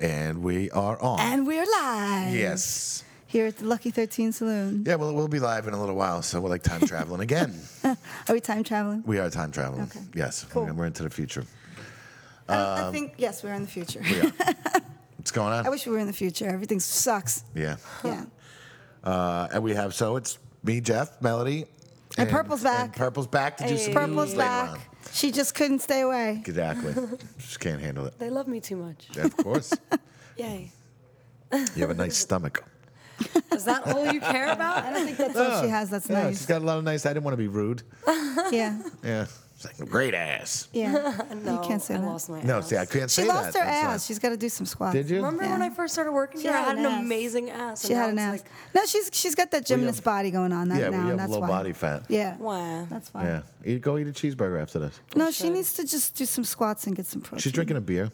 And we are on. And we're live. yes. Here at the Lucky 13 Saloon. Yeah, well, we'll be live in a little while, so we're like time traveling again. Are we time traveling? We are time traveling. Okay. Yes, Cool. we're into the future. I don't- I think, yes, we're in the future. Um, We are. What's going on? I wish we were in the future. Everything sucks. yeah. Yeah. Uh, and we have, so it's me, Jeff, Melody. And Purple's back. Purple's back to do some Purple's news later back. on. She just couldn't stay away. Exactly. Just can't handle it. They love me too much. Of course. Yay. you have a nice stomach. Is that all you care about? I don't think that's. That's all she has. That's Yeah, nice. she's got a lot of nice. I didn't want to be rude. Yeah. Yeah. It's like, great ass. Yeah. No, you can't say I that. lost my No, ass. see, I can't She say lost that. her That's not- ass. She's got to do some squats. Did you? Remember when I first started working She here? I had had an an, ass. amazing ass. and She had an now ass. it's no, she's she's got that gymnast body going on that yeah, we now. have and that's low why. body fat. Yeah. Wow. That's why. Yeah. Eat, go eat a cheeseburger after this. No, she should. needs to just do some squats and get some protein. She's drinking a beer.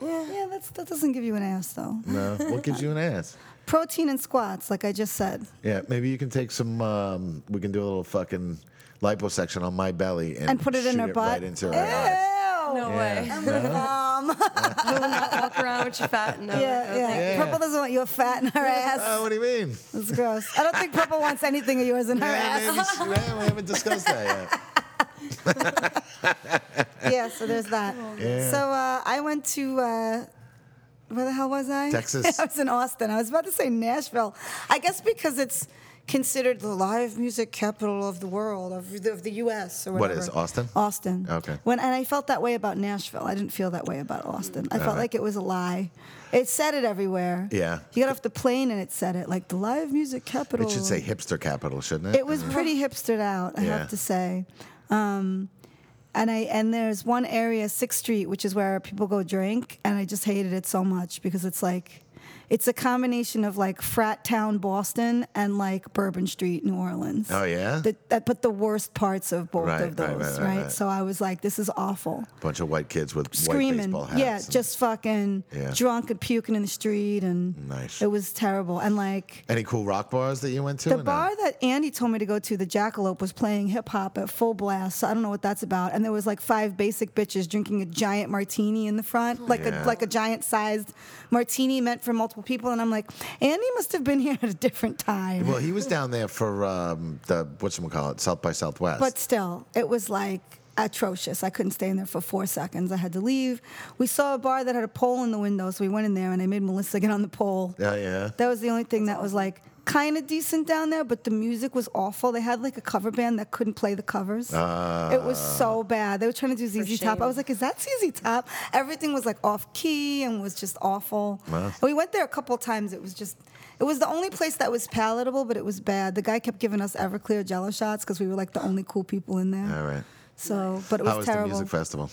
Like, yeah. Yeah, that's, that doesn't give you an ass though. No. What gives you an ass? Protein and squats, like I just said, Yeah. Maybe you can take some. Um, we can do a little fucking liposuction on my belly and, and put it in shoot her Right butt. into her Ew. Oh, ass. No way. Yeah. Walk around with your fat. No. Yeah, yeah. Yeah. Purple doesn't want your fat in her ass. Oh, what do you mean? That's gross. I don't think Purple wants anything of yours in her Yeah, ass. maybe she- yeah, we haven't discussed that yet. Yeah, so there's that. Yeah. So uh, I went to. Uh, where the hell was I? Texas. I was in Austin. I was about to say Nashville. I guess because it's considered the live music capital of the world, of the, of the U.S. or What whatever. is, Austin? Austin. Okay. When and I felt that way about Nashville. I didn't feel that way about Austin. I felt right. like it was a lie. It said it everywhere. Uh-huh. Yeah. You got off the plane and it said it like the live music capital. It should say hipster capital, shouldn't it? It was pretty hipstered out, I Uh-huh. Yeah. have to say. Um, and I and there's one area, Sixth Street, which is where people go drink, and I just hated it so much because it's like it's a combination of like frat town Boston and like Bourbon Street New Orleans. Oh, yeah? The- that, but the worst parts of both Right, of right, right, those, right, right. So I was like, this is awful. bunch of white kids with white Screaming, baseball hats. yeah, and- just fucking Yeah. drunk and puking in the street, and Nice. it was terrible. And like Any cool rock bars that you went to? or the no? bar that Andy told me to go to, the Jackalope, was playing hip hop at full blast. So I don't know what that's about. And there was like five basic bitches drinking a giant martini in the front, like Yeah. a like a giant sized martini meant for multiple people. And I'm like, Andy must have been here at a different time. Well, he was down there for um, the what's call it South by Southwest. But still, it was like atrocious. I couldn't stay in there for four seconds. I had to leave. We saw a bar that had a pole in the window, so we went in there and I made Melissa get on the pole. yeah, yeah. That was the only thing that was like kind of decent down there, but the music was awful. They had like a cover band that couldn't play the covers. it was Ah. so bad. They were trying to do ZZ Top. I shame. was like, is that ZZ Top? Everything was like off key and was just awful. And we went there a couple times. It was just. It was the only place that was palatable, but it was bad. The guy kept giving us Everclear Jello shots because we were like the only cool people in there. All right. So, but it was How was terrible. the music festival?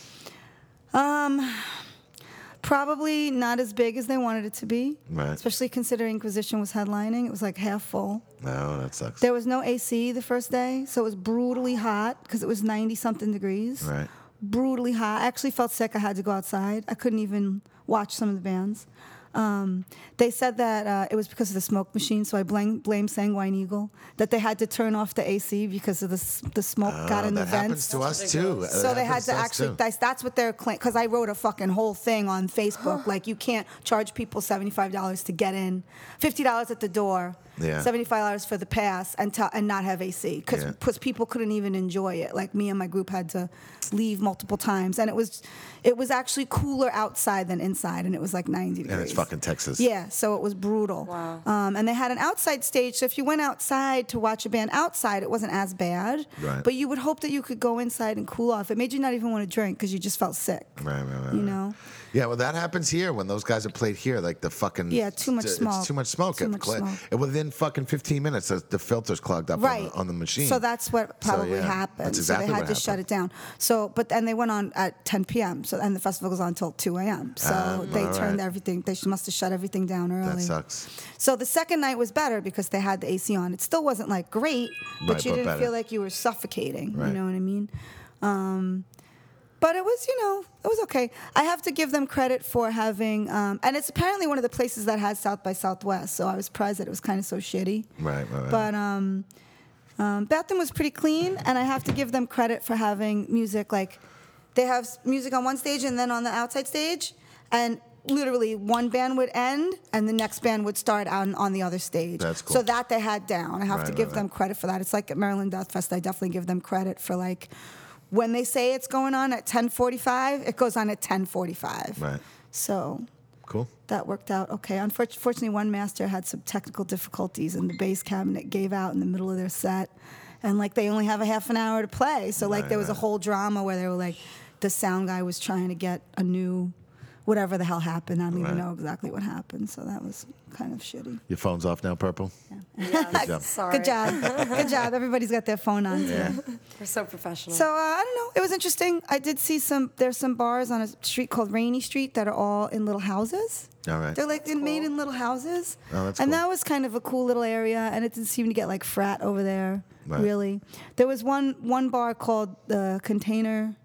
Probably not as big as they wanted it to be, Right. especially considering Inquisition was headlining. It was like half full. No, that sucks. There was no AC the first day, so it was brutally hot because it was 90 something degrees. Right. Brutally hot. I actually felt sick. I had to go outside. I couldn't even watch some of the bands. Um, they said that uh, it was because of the smoke machine, so I blame, blame Sanguine Eagle that they had to turn off the AC because of the, s- the smoke got Oh, in that the happens vents. to us too. That So they had happens to us, actually. too. That's, that's what they're claiming. Because I wrote a fucking whole thing on Facebook. like you can't charge people seventy five dollars to get in, fifty dollars at the door, Yeah. seventy five dollars for the pass, and to, and not have AC because Yeah. people couldn't even enjoy it. Like me and my group had to leave multiple times, and it was it was actually cooler outside than inside, and it was like ninety degrees. and it's fucking Texas. Yeah, so it was brutal. Wow. Um, and they had an outside stage, so if you went outside to watch a band outside, it wasn't as bad. Right. But you would hope that you could go inside and cool off. It made you not even want to drink because you just felt sick. Right, right, right. You right. know? Yeah, well, that happens here when those guys are played here. Like the fucking Yeah, too much it's smoke. too much smoke. Too It much cla- smoke. And within fucking fifteen minutes, the, the filters clogged up on, Right. the, on the machine. So that's what So, probably yeah, happened. That's so exactly they had what to shut it down. So, but then they went on at 10 p.m. So and the festival goes on until 2 a.m. So they Um, all turned right. everything. They sh- must have shut everything down early. That sucks. So the second night was better because they had the AC on. It still wasn't like great, but Right, you but didn't better. feel like you were suffocating. Right. You know what I mean? Um, but it was, you know, it was okay. I have to give them credit for having, um, and it's apparently one of the places that has South by Southwest. So I was surprised that it was kind of so shitty. Right, right, right. But um, um, bathroom was pretty clean, and I have to give them credit for having music. Like, they have s- music on one stage and then on the outside stage, and literally one band would end and the next band would start on, on the other stage. That's So cool. that they had down. I have Right, to right, give right. them credit for that. It's like at Maryland Death Fest, I definitely give them credit for like when they say it's going on at 10:45, it goes on at 10:45. Right. So Cool. that worked out okay. Unfortunately, one master had some technical difficulties, and the bass cabinet gave out in the middle of their set, and like they only have a half an hour to play. So like Right, there was a right. whole drama where they were like, the sound guy was trying to get a new, whatever the hell happened. I don't Right. even know exactly what happened. So that was kind of shitty. Your phone's off now, Purple. Yes. job. Sorry. Good job, good job. Everybody's got their phone on. today. We're so professional. So uh, I don't know. It was interesting. I did see some. There's some bars on a street called Rainy Street that are all in little houses. All right. They're like That's in- made cool. in little houses. Oh, that's and cool. that was kind of a cool little area, and it didn't seem to get like frat over there. Right. Really, there was one one bar called the Container,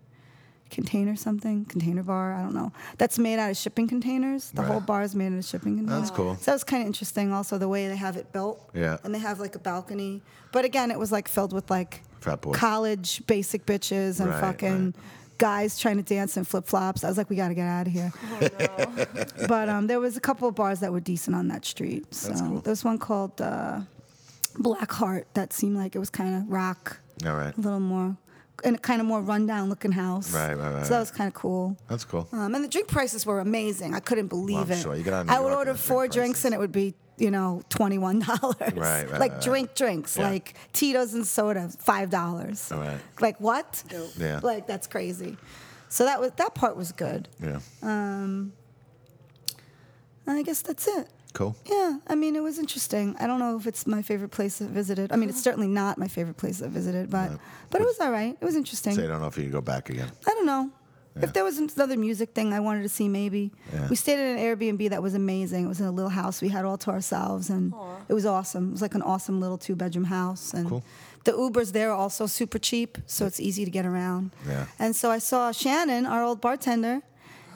Container something, Container Bar. I don't know. That's made out of shipping containers. The Right. whole bar is made out of shipping containers. That's cool. So that was kind of interesting. Also, the way they have it built. Yeah. And they have like a balcony, but again, it was like filled with like Frat boys. college basic bitches and Right, fucking right. guys trying to dance in flip flops. I was like, we got to get out of here. but um, there was a couple of bars that were decent on that street. So That's cool. there was one called uh, Black Heart that seemed like it was kind of rock, All right. a little more, and a kind of more rundown looking house. Right, right, right, So that right. was kind of cool. That's cool. Um, and the drink prices were amazing. I couldn't believe I'm it. sure. You get out of New I would York and order the drink four drinks prices. and it would be, you know, $21. Right, right, like right. drink drinks, Yeah. like Tito's and soda, $5. All right. Like what? Dope. Yeah. Like that's crazy. So that was that part was good. Yeah. I guess that's it. Cool. Yeah, I mean it was interesting. I don't know if it's my favorite place I visited. I mean it's certainly not my favorite place I visited, but but it was all right. It was interesting. So you don't know if you can go back again. I don't know. If there was another music thing I wanted to see, maybe. Yeah. We stayed at an Airbnb that was amazing. It was in a little house we had all to ourselves, and it was awesome. It was like an awesome little two bedroom house. And Cool. the Ubers there are also super cheap, so it's easy to get around. Yeah. And so I saw Shannon, our old bartender.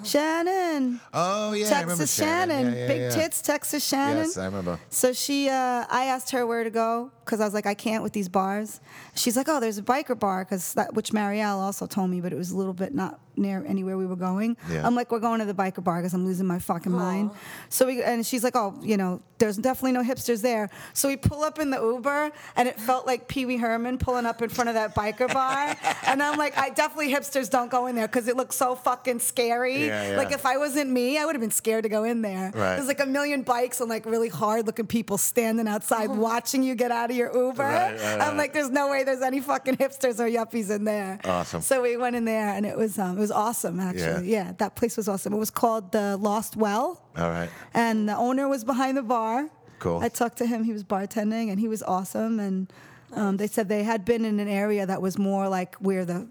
Shannon, Oh yeah, I remember Texas Shannon, Yeah, yeah, big yeah. tits, Texas Shannon. Yes, I remember. So she, uh, I asked her where to go because I was like, I can't with these bars. She's like, oh, there's a biker bar because that, which Marielle also told me, but it was a little bit not near anywhere we were going. Yeah. I'm like, we're going to the biker bar because I'm losing my fucking mind. So we, and she's like, oh, you know, there's definitely no hipsters there. So we pull up in the Uber, and it felt like Pee Wee Herman pulling up in front of that biker bar, and I'm like, I definitely hipsters don't go in there because it looks so fucking scary. Yeah, yeah. Like if I wasn't me, I would have been scared to go in there. Right. There's like a million bikes and like really hard looking people standing outside watching you get out of your Uber. Right, right, right. I'm like, there's no way there's any fucking hipsters or yuppies in there. Awesome. So we went in there and it was um, it was awesome actually. Yeah. Yeah. that place was awesome. It was called the Lost Well. All right. And the owner was behind the bar. Cool. I talked to him. He was bartending and he was awesome. And um, they said they had been in an area that was more like where the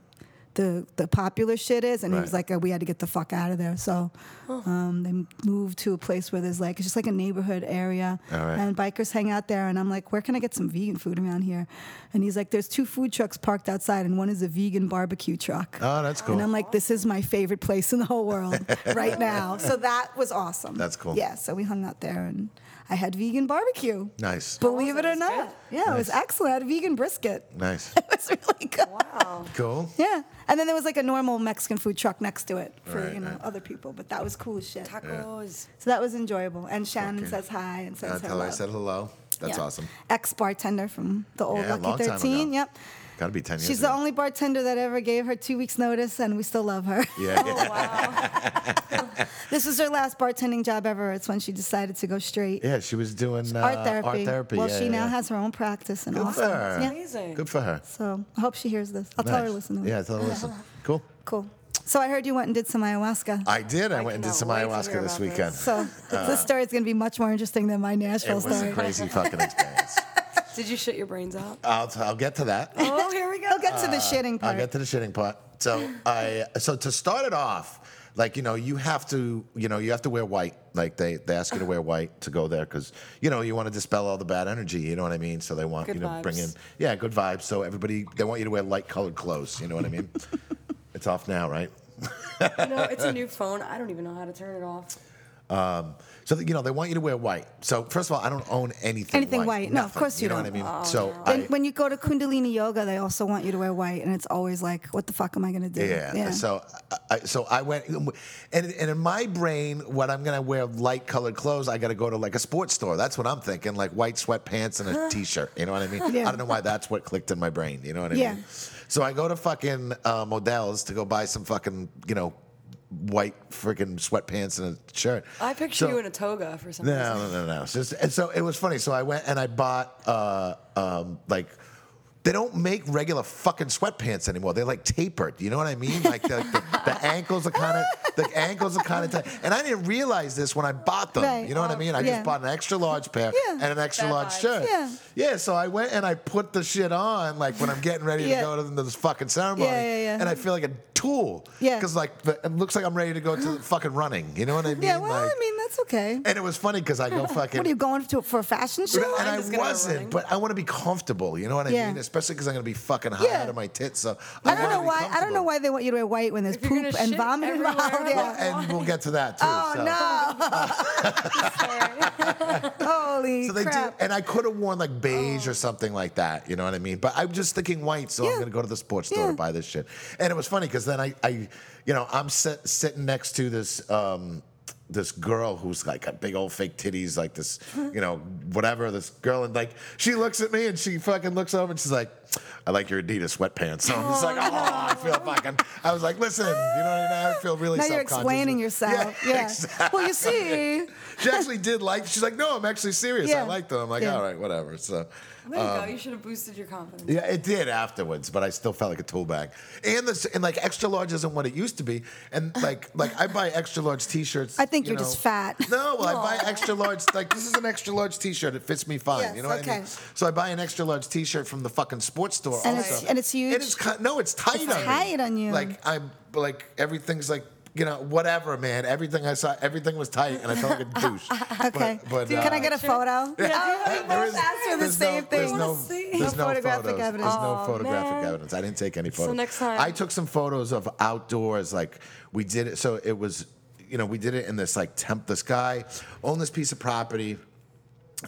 the, the popular shit is. And he was Right. like, "Uh, we had to get the fuck out of there. So um, they moved to a place where there's like, it's just like a neighborhood area. All right. And bikers hang out there. And I'm like, where can I get some vegan food around here? And he's like, there's two food trucks parked outside, and one is a vegan barbecue truck. Oh, that's cool. And I'm like, this is my favorite place in the whole world right now. So that was awesome. That's cool. Yeah. So we hung out there and I had vegan barbecue. nice. Believe it was it? or It was not. Yeah, it was excellent. I had vegan brisket. Nice. It was really good. wow. Cool. Yeah. And then there was like a normal Mexican food truck next to it for, Right, you know, right. other people. But that was cool as shit. Tacos. So that was enjoyable. And Shannon Okay. says hi and Uh, says tell hello. her I said hello. That's Yeah. awesome. Ex bartender from the old Yeah, Lucky long time 13. ago. Yep. Got to be ten years. She's ago. the only bartender that ever gave her two weeks' notice, and we still love her. Yeah. yeah. Oh, wow. This was her last bartending job ever. It's when she decided to go straight. Yeah, she was doing uh, art therapy. Art therapy. Well, yeah, she yeah, now yeah. has her own practice in Good for Austin. her. Yeah. Amazing. Good for her. So I hope she hears this. I'll tell her to Nice. listen to it. Yeah, tell her to listen. Cool. Cool. So I heard you went and did some ayahuasca. I did. I, went and did cannot some wait to hear ayahuasca this about weekend. this. so this story is going to be much more interesting than my Uh. It Nashville was a story. crazy fucking experience. Did you shit your brains out? I'll, t- I'll get to that. Oh, here we go. I'll get to the shitting part. Uh, I'll get to the shitting part. So I so to start it off, like you know, you have to you know you have to wear white. Like they they ask you to wear white to go there because you know you want to dispel all the bad energy. You know what I mean? So they want Good you to bring in vibes. yeah good vibes. So everybody they want you to wear light colored clothes. You know what I mean? it's off now, right? You know, it's a new phone. I don't even know how to turn it off. Um, so that, you know they want you to wear white. So first of all, I don't own anything. Anything white. No, of Nothing. course you know don't. Oh, what I mean. so And I, when you go to Kundalini yoga, they also want you to wear white, and it's always like, what the fuck am I gonna do? Yeah. So, I, I- so I went, and and in my brain, what I'm gonna wear light colored clothes. I gotta go to like a sports store. That's what I'm thinking, like white sweatpants and a t-shirt. You know what I mean? Yeah. I don't know why that's what clicked in my brain. You know what I Yeah. mean? So I go to fucking uh, Modell's to go buy some fucking you know white freaking sweatpants and a shirt. I picture So- you in a toga for some reason. no, no, no, no. It's just- and so it was funny. So I went and I bought uh, um, like they don't make regular fucking sweatpants anymore. They're like tapered. You know what I mean? Like the, the, the ankles are kind of the ankles are kind of tight. And I didn't realize this when I bought them. Right. Oh, You know what I mean? I Yeah. just bought an extra large pair Yeah. and an extra Bad large vibes. shirt. Yeah. Yeah, So I went and I put the shit on like when I'm getting ready Yeah. to go to the- this fucking ceremony. Yeah, yeah, yeah. And I feel like a tool. Yeah. Because like the, it looks like I'm ready to go to the fucking running. You know what I mean? Yeah. Well, like, I mean, that's okay. and it was funny because I go fucking. What are you going to for a fashion show? and I'm I just gonna go running. wasn't, but I want to be comfortable. You know what I Yeah. mean? Especially because I'm gonna be fucking high Yeah. out of my tits. So I don't wanna know be why. I don't know comfortable. why they want you to wear white when there's If you're poop gonna and shit vomit everywhere, involved. Well, Yeah. and we'll get to that too. Oh so. no! Holy So they crap! Oh. do, and I could have worn like beige or something like that. You know what I mean? But I'm just thinking white, so Yeah. I'm gonna go to the sports store Yeah. to buy this shit. And it was funny because then I, I, you know, I'm sit, sitting next to this. Um, this girl who's like got big old fake titties, like this, you know, whatever. This girl and like she looks at me and she fucking looks over and she's like, "I like your Adidas sweatpants." So I'm just like, "Oh, I feel fucking." I was like, "Listen, you know what I mean? I feel really." now you're self-conscious. explaining Yeah, yourself. Yeah. Well, you see, she actually did like. She's like, no, I'm actually serious. Yeah. I like them. I'm like, Yeah. all right, whatever. So, There you um, go. You should have boosted your confidence. yeah, it did afterwards, but I still felt like a tool bag. And this, and like extra large isn't what it used to be. And like, like I buy extra large T-shirts. I think you you're just know. fat. No, well, I buy extra large. Like this is an extra large T-shirt. It fits me fine. Yes, you know what I okay. mean? So I buy an extra large T-shirt from the fucking sports store. And also. it's- and it's huge? And it's ki- no, it's tight on me. tight on you. Like I'm like everything's like. You know, whatever, man. Everything I saw, everything was tight, and I felt like a douche. Okay. But, but, Can I uh, get a photo? Yeah. Oh, we both asked for the there's no, same thing. There's no, Honestly. there's No no photographic photos. evidence. There's no Aw, photographic man. evidence. I didn't take any photos. next time. I took some photos of outdoors. Like we did it. So it was, you know, we did it in this like temp. This guy owned this piece of property.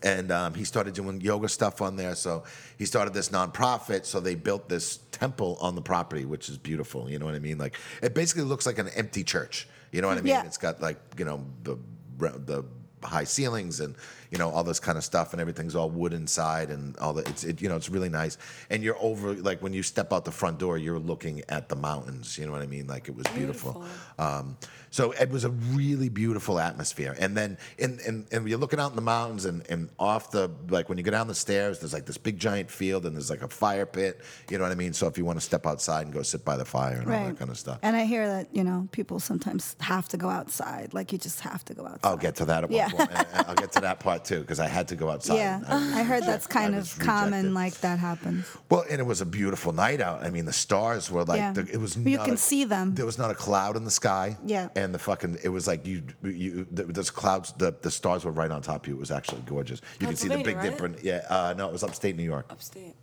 And um, he started doing yoga stuff on there. So he started this nonprofit. So they built this temple on the property, which is beautiful. You know what I mean? Like it basically looks like an empty church. You know what I mean? Yeah. It's got like you know the the high ceilings and you know all this kind of stuff and everything's all wood inside and all the it's it, you know it's really nice and you're over like when you step out the front door you're looking at the mountains you know what i mean like it was beautiful, Um, so it was a really beautiful atmosphere and then and and and you're looking out in the mountains and and off the like when you go down the stairs there's like this big giant field and there's like a fire pit you know what i mean so if you want to step outside and go sit by the fire and all Right. that kind of stuff And I hear that you know people sometimes have to go outside. Like you just have to go outside. I'll get to that at one Yeah. point. And I'll get to that part too because I had to go outside. Yeah, was I heard that's reject- kind I of was common. rejected. Like that happens. well, and it was a beautiful night out. I mean, the stars were like Yeah. the, it was. But you not can a- see them. There was not a cloud in the sky. Yeah. and the fucking it was like you you th- those clouds the the stars were right on top of you. It was actually gorgeous. You could see the Big Pennsylvania, Dipper. and- Yeah, uh, no, it was upstate New York, Upstate.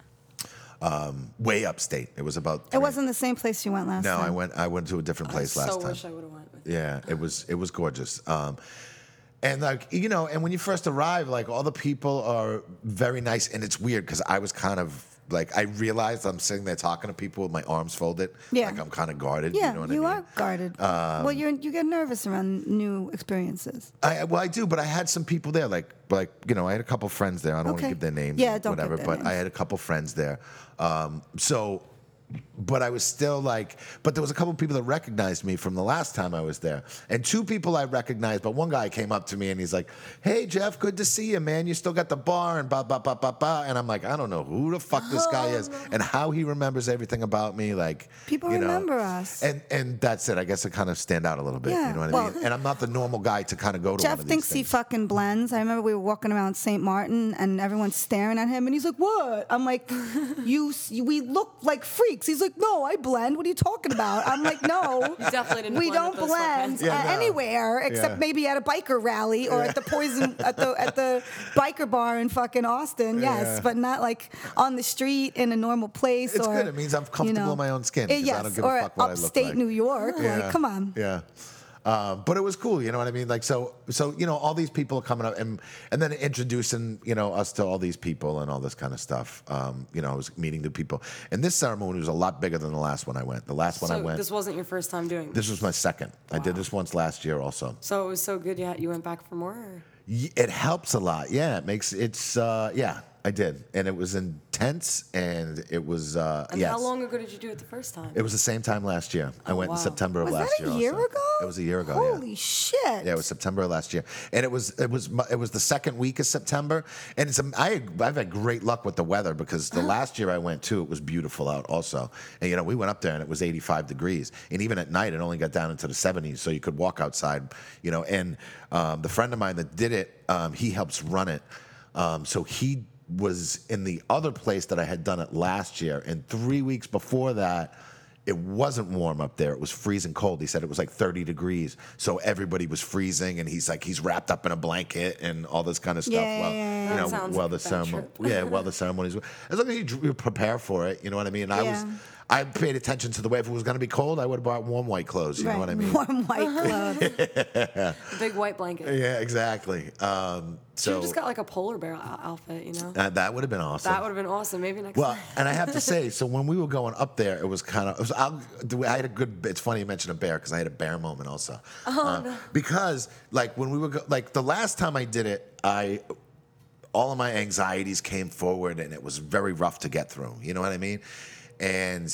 way upstate. It was about. It wasn't the same place you went last No, time. I went. I went to a different place I last so time. wish I would have went with you. Yeah, it was it was gorgeous. Um, and like you know, and when you first arrive, like all the people are very nice, and it's weird because I was kind of like I realized I'm sitting there talking to people with my arms folded, Yeah. like I'm kind of guarded. Yeah, you, know what I mean? Um, are guarded. well, you're you get nervous around new experiences. I, well, I do, but I had some people there, like like you know, I had a couple friends there. I don't want Okay. to give their names, Yeah, don't give whatever. their but I names. had a couple friends there, um, so. But I was still like, but there was a couple people that recognized me from the last time I was there, and two people I recognized. But one guy came up to me and he's like, "Hey Jeff, good to see you, man. You still got the bar and blah blah blah blah blah." And I'm like, I don't know who the fuck this guy is and how he remembers everything about me. Like Oh. People you know. remember us. and and that's it. I guess I kind of stand out a little bit. Yeah, You know what I well- mean? And I'm not the normal guy to kind of go to one Jeff of these thinks he things. fucking blends. I remember we were walking around St. Martin and everyone's staring at him and he's like, "What?" I'm like, "You, s- we look like freaks." He's like, "No, I blend. What are you talking about?" I'm like, "No, definitely didn't we blend don't with those blend sweatpants. Yeah, a- no. anywhere except Yeah. maybe at a biker rally or at the poison at the at the biker bar in fucking Austin. Yes, Yeah. but not like on the street in a normal place. It's or, good. It means I'm comfortable in my own skin, Eh, 'cause I yes, don't give a or fuck what I look upstate like. New York. Yeah, Like, come on. Yeah. Uh, but it was cool, you know what I mean? Like so, so you know, all these people are coming up and and then introducing you know us to all these people and all this kind of stuff. Um, you know, I was meeting new people, and this ceremony was a lot bigger than the last one I went. The last one I So went, this this, wasn't your first time doing this. was my second. I did this once last year also. So it was so good. Yeah, you went back for more. Or? Y- It helps a lot. Yeah, it makes it's uh, yeah. I did, and it was intense, and it was uh, And yes. how long ago did you do it the first time? It was the same time last year. I went wow. in September of Oh, Was last that a year. year also. ago? It was a year ago. yeah. Holy shit! Yeah, it was September of last year, and it was it was mu- it was the second week of September, and it's um, I I've had great luck with the weather because Uh-huh. the last year I went too, it was beautiful out also, and you know we went up there and it was 85 degrees, and even at night it only got down into the 70s, so you could walk outside, you know. And um, the friend of mine that did it, um, he helps run it, um, so he was in the other place that I had done it last year, and three weeks before that it wasn't warm up there. It was freezing cold. He said it was like 30 degrees. So everybody was freezing, and he's like he's wrapped up in a blanket and all this kind of stuff. Yeah, well, yeah, yeah. you That know, sounds while like the a bad ceremony, trip. yeah, while the ceremonies, as long as you, dr- you prepare for it, you know what I mean. I was, Yeah. I paid attention to the way if it was going to be cold, I would have bought warm white clothes. You know what I mean? Warm Uh-huh. white clothes. A big white blanket. Yeah, exactly. Um, Should so have just got like a polar bear o- outfit, you know? uh, that would have been awesome. That would have been awesome. Maybe next Well, time. and I have to say, so when we were going up there, it was kind of. It was, I'll, the way- I had a good. It's funny you mentioned a bear because I had a bear moment also. Oh, no. Because like when we were go, like the last time I did it, I all of my anxieties came forward, and it was very rough to get through. You know what I mean? And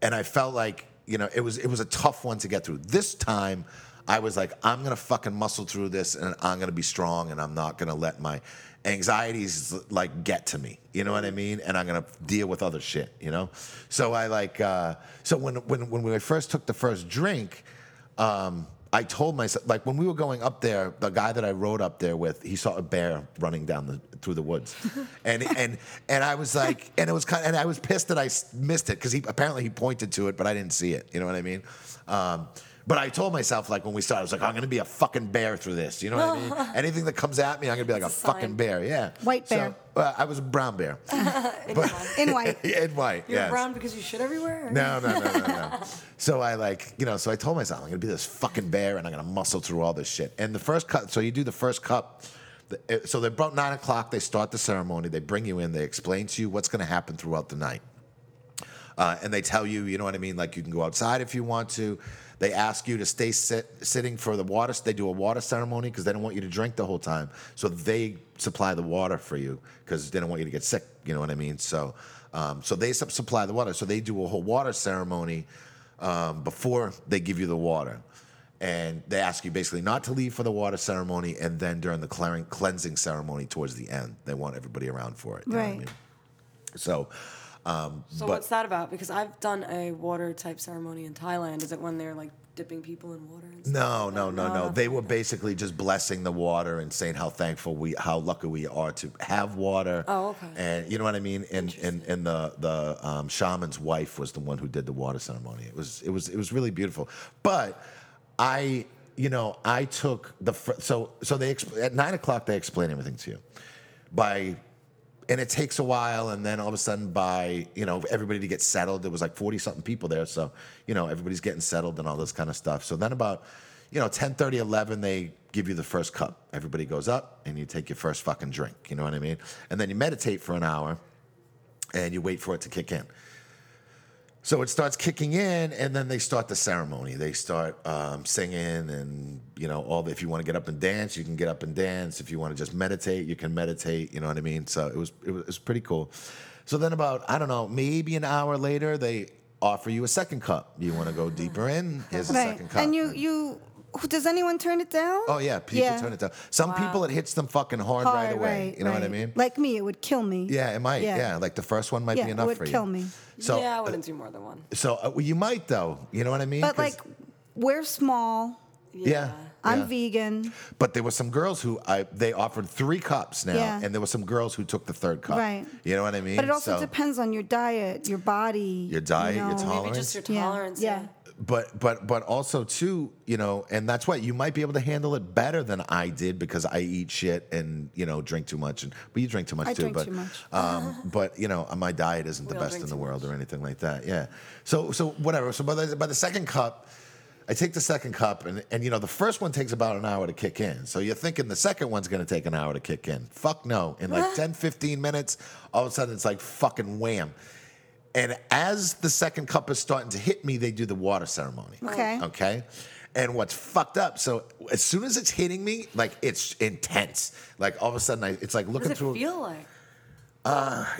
and I felt like you know it was it was a tough one to get through. This time, I was like, I'm gonna fucking muscle through this, and I'm gonna be strong, and I'm not gonna let my anxieties like get to me. You know what I mean? And I'm gonna deal with other shit. You know? So I like uh, so when when when we first took the first drink. Um, I told myself, like when we were going up there, the guy that I rode up there with, he saw a bear running down the through the woods, and and and I was like, and it was kind, and I was pissed that I s- missed it because he apparently he pointed to it, but I didn't see it. You know what I mean? Um, but I told myself, like when we started, I was like, "Oh, I'm gonna be a fucking bear through this. You know what I mean? Anything that comes at me, I'm gonna be like a, It's a sign. fucking bear. Yeah. White So, bear. uh, I was a brown bear. but, In white. in white. You're yes. brown because you shit everywhere? or- No, no, no, no, no. so I like, you know, so I told myself I'm gonna be this fucking bear and I'm gonna muscle through all this shit. And the first cup, so you do the first cup. the- it- So they're about nine o'clock. They start the ceremony. They bring you in. They explain to you what's gonna happen throughout the night. Uh, and they tell you, you know what I mean, like you can go outside if you want to. They ask you to stay sit, sitting for the water. They do a water ceremony because they don't want you to drink the whole time. So they supply the water for you because they don't want you to get sick. You know what I mean? So, um, so they sup- supply the water. So they do a whole water ceremony um, before they give you the water. And they ask you basically not to leave for the water ceremony, and then during the clearing, cleansing ceremony towards the end, they want everybody around for it. You Know what I Right. mean? So, um, So but what's that about? Because I've done a water type ceremony in Thailand. Is it when they're like dipping people in water? And stuff? No, no, no, No, no. not They were basically just blessing the water and saying how thankful we, how lucky we are to have water. Oh, okay. And you know what I mean. And and and the the um, shaman's wife was the one who did the water ceremony. It was it was it was really beautiful. But I, you know, I took the fir- so so they exp- at nine o'clock they explain everything to you by and it takes a while and then all of a sudden by you know everybody to get settled there was like 40 something people there so you know everybody's getting settled and all this kind of stuff so then about you know 10 30 11 they give you the first cup everybody goes up and you take your first fucking drink you know what i mean and then you meditate for an hour and you wait for it to kick in so it starts kicking in, and then they start the ceremony. They start um, singing, and you know, all the, if you want to get up and dance, you can get up and dance. If you want to just meditate, you can meditate. You know what I mean? So it was it was, it was pretty cool. So then, about I don't know, maybe an hour later, they offer you a second cup. You want to go deeper in? Here's a Right. second cup. And you, you, who- does anyone turn it down? oh yeah, people turn it down. Some people it hits them fucking hard, right Hard, away. Oh, right, you know what I right. mean? Like me, it would kill me. yeah, it might. Yeah. Yeah. like the first one might Yeah, be it enough would for you. kill me. So uh, yeah, I wouldn't do more than one. so uh, well, you might though. You know what I mean? But 'Cause- like, we're small. Yeah. I'm yeah. vegan. But there were some girls who I they offered three cups now, Yeah. and there were some girls who took the third cup. Right. You know what I mean? But it also So, depends on your diet, your body, Your diet, your know. tolerance. Maybe just your Yeah, tolerance. yeah. But but but also too, you know, and that's why you might be able to handle it better than I did because I eat shit and you know drink too much, and but you drink too much I too. drink but too much. um, but you know, my diet isn't the We all best drink in the too world or anything like that. Yeah. So so whatever. So by the by the second cup. I take the second cup, and, and you know, the first one takes about an hour to kick in. So you're thinking the second one's gonna take an hour to kick in. Fuck no. In like 10, 15 minutes, all of a sudden it's like fucking wham. And as the second cup is starting to hit me, they do the water ceremony. Oh. Okay. Okay. And what's fucked up? So as soon as it's hitting me, like it's intense. Like all of a sudden, I, it's like What looking does through it feel like?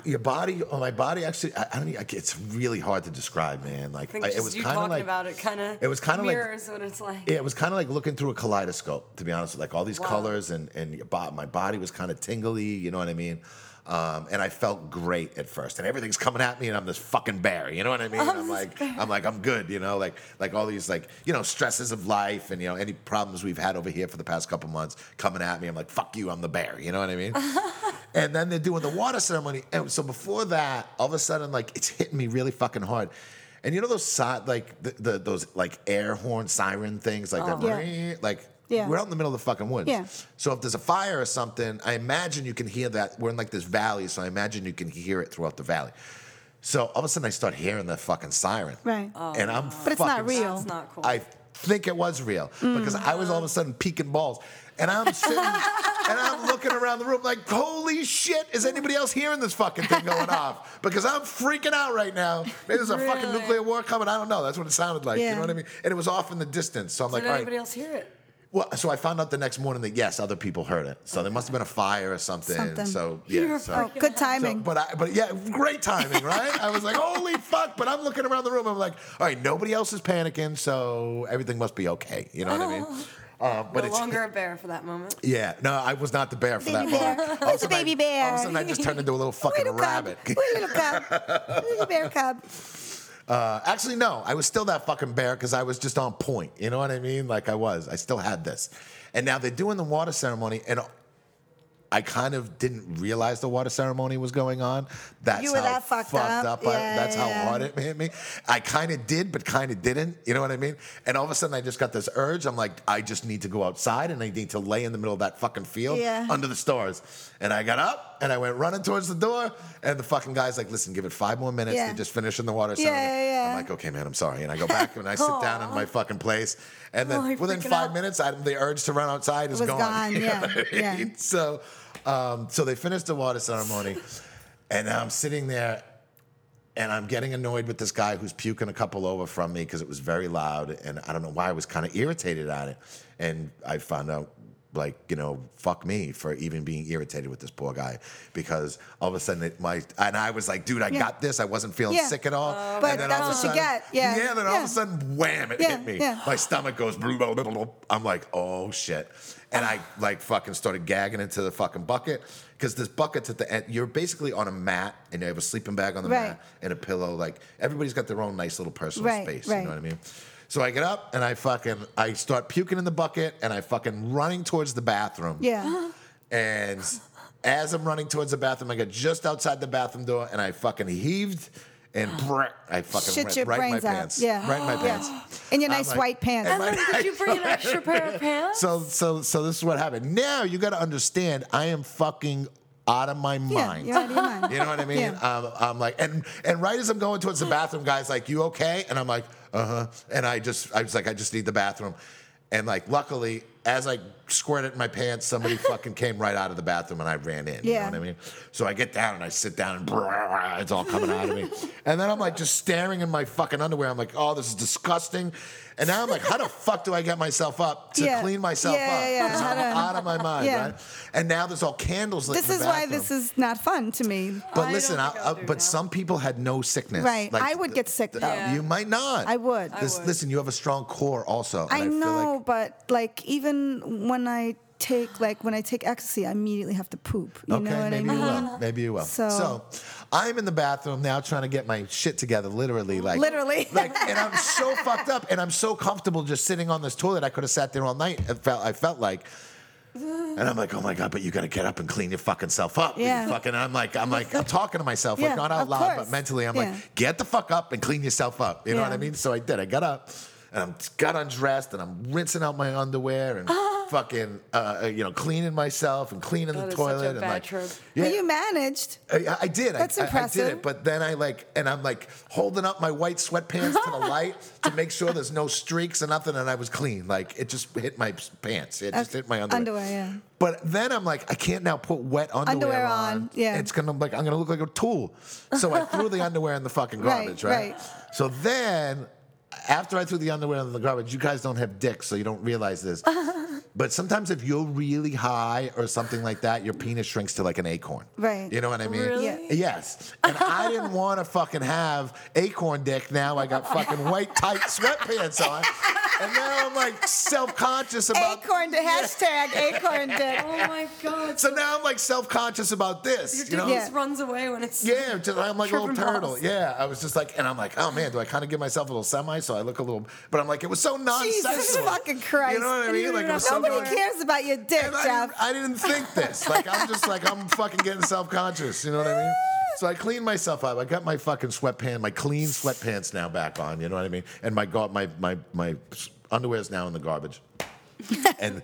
your body. Oh, my body actually. I, I don't. Even, it's really hard to describe, man. Like I think I- just it was you kind of talking like about it kind of it was kinda like- mirrors what it's like. it was kind of like looking through a kaleidoscope, to be honest. With like all these Wow. colors, and and your bo- my body was kind of tingly. You know what I mean? Um, and I felt great at first, and everything's coming at me, and I'm this fucking bear. You know what I mean? I'm, like, I'm like, I'm good. You know, like like all these like you know stresses of life, and you know any problems we've had over here for the past couple months coming at me. I'm like, fuck you, I'm the bear. You know what I mean? and then they're doing the water ceremony, and so before that, all of a sudden, like it's hitting me really fucking hard. And you know those si- like the, the those like air horn siren things like that, Oh. Yeah. "Ring," like Yeah. we're out in the middle of the fucking woods. Yeah. So if there's a fire or something, I imagine you can hear that. We're in like this valley, so I imagine you can hear it throughout the valley. So all of a sudden, I start hearing the fucking siren, Right. and I'm But it's not fucking real. Oh, That's not cool. Mm. I think it was real because I was all of a sudden peeking balls, and I'm sitting and I'm looking around the room like, "Holy shit! Is anybody else hearing this fucking thing going off?" Because I'm freaking out right now. Maybe there's a fucking Really? nuclear war coming. I don't know. That's what it sounded like. You Yeah. know what I mean? And it was off in the distance, so I'm like, Did "All right." anybody else hear it? Well, so I found out the next morning that yes, other people heard it. So there must have been a fire or something. Something. So yeah, You're so. Oh, fucking good So, timing. but I, but yeah, great timing, right? I was like, holy fuck! But I'm looking around the room. I'm like, all right, nobody else is panicking, so everything must be okay. You know what I mean? Oh. Um, but No it's longer a bear for that moment. yeah. No, I was not the bear for that Baby bear. moment. Where's All of the sudden I- baby bear? All of a sudden, I just turned into a little fucking little rabbit. cub. Wait, little cub. little bear cub. Uh, actually, no, I was still that fucking bear because I was just on point. You know what I mean? Like I was. I still had this. And now they're doing the water ceremony, and I kind of didn't realize the water ceremony was going on. That's You were how that fucked up? I, Yeah, that's how yeah. hard it hit me. I kind of did, but kind of didn't. You know what I mean? And all of a sudden, I just got this urge. I'm like, I just need to go outside, and I need to lay in the middle of that fucking field Yeah. under the stars. And I got up, and I went running towards the door, and the fucking guy's like, "Listen, give it five more minutes. Yeah. They're just finishing the water Yeah, ceremony." yeah, yeah. I'm like, "Okay, man, I'm sorry." And I go back and I sit down in my fucking place, and then Oh, you're within freaking five out. minutes, I, the urge to run outside is was gone. gone, You know yeah, what I yeah. mean? So, um, so they finished the water ceremony, and I'm sitting there, and I'm getting annoyed with this guy who's puking a couple over from me because it was very loud, and I don't know why I was kind of irritated at it, and I found out. Like you know, fuck me for even being irritated with this poor guy because all of a sudden it, my and I was like, dude, I Yeah. got this. I wasn't feeling Yeah. sick at all. and But then that's all of a what you get. Yeah. Yeah. Then all of Yeah. a sudden, wham! It Yeah, hit me. yeah. My stomach goes. Blah, blah, blah, blah. I'm like, oh shit, and I like fucking started gagging into the fucking bucket because this bucket's at the end. You're basically on a mat and you have a sleeping bag on the Right. mat and a pillow. Like everybody's got their own nice little personal Right, space. You right. know what I mean? So I get up and I fucking I start puking in the bucket and I fucking running towards the bathroom. Yeah. Uh-huh. And as I'm running towards the bathroom, I got just outside the bathroom door and I fucking heaved and brrr, I fucking Shit went your right in my brains out. pants. Yeah. Right in my Yeah. pants. In your I'm nice like- which white pants. And Ellen, did you bring an extra pair of pants? So so so this is what happened. Now you gotta understand I am fucking out of my mind. Yeah, you're out of your mind. You know what I mean? Yeah. I'm, I'm like, and and right as I'm going towards the bathroom, guys, like, you okay? And I'm like, uh huh. And I just, I was like, I just need the bathroom. And like, luckily, as I squirted in my pants, somebody fucking came right out of the bathroom and I ran in. You Yeah. know what I mean? So I get down and I sit down and brrrr, it's all coming out of me. And then I'm like just staring in my fucking underwear. I'm like, oh, this is disgusting. And now I'm like, how the fuck do I get myself up to Yeah. clean myself Yeah, yeah, yeah. up? 'Cause How I'm to- out of my mind, Yeah. right? And now there's all candles lit This in is the why bathroom. this is not fun to me. But I don't listen, I, think I'll I, do but that. some people had no sickness. uh, Right. I would get sick, though. Yeah. You might not. I would. I This- would. Listen, you have a strong core also. and I, feel know, like- but like even when I take like when I take ecstasy, I immediately have to poop. You know okay, what maybe I you mean? will. Maybe you will. So- I'm in the bathroom now trying to get my shit together, literally. Like Literally. Like, and I'm so fucked up, and I'm so comfortable just sitting on this toilet. I could have sat there all night. It felt, I felt like. And I'm like, oh my god! But you gotta get up and clean your fucking self up. You Yeah. fucking. I'm like, I'm like, I'm talking to myself, Yeah, like not out of loud, course. but mentally, I'm Yeah. like, get the fuck up and clean yourself up. You know Yeah. Ah. what I mean? So I did. I got up, and I am got undressed, and I'm rinsing out my underwear and fucking, uh, you know, cleaning myself and cleaning That the is Oh, such a toilet and bad like, trope. yeah, Well, you managed. I, I did. I- That's I, I did impressive. it, but then I like, and I'm like holding up my white sweatpants to the light to make sure there's no streaks or nothing, and I was clean. Like it just hit my pants. It just hit my underwear. Underwear, yeah. But then I'm like, I can't now put wet underwear, Underwear on, yeah. It's gonna like I'm gonna look like a tool. So I threw the underwear in the fucking Right, garbage, right? right. So then. After I threw the underwear in the garbage, you guys don't have dicks, so you don't realize this. but sometimes if you're really high or something like that, your penis shrinks to like an acorn. Right. You know what I mean? Really? Yeah. Yes. And I didn't want to fucking have acorn dick. Now I got fucking white tight sweatpants on. And now I'm like self conscious about. Acorn to hashtag acorn dick. Oh my god. So now I'm like self conscious about Your this, you dick know? Yeah. Yeah. just runs away when it's just, I'm like a little Tripping turtle. balls. Yeah, I was just like, and I'm like, oh man, do I kind of give myself a little semi so I look a little? But I'm like, it was so nonsensical. Jesus fucking Christ. You know what I And you mean? don't Like it even was have so to Nobody nonsensical. Somewhere. cares about your dick, And I Jeff. didn't, I didn't think this. Like I'm just like I'm fucking getting self conscious. You know what I mean? So I cleaned myself up. I got my fucking sweatpants, my clean sweatpants now back on. You know what I mean? And my gar- my my my underwear is now in the garbage. and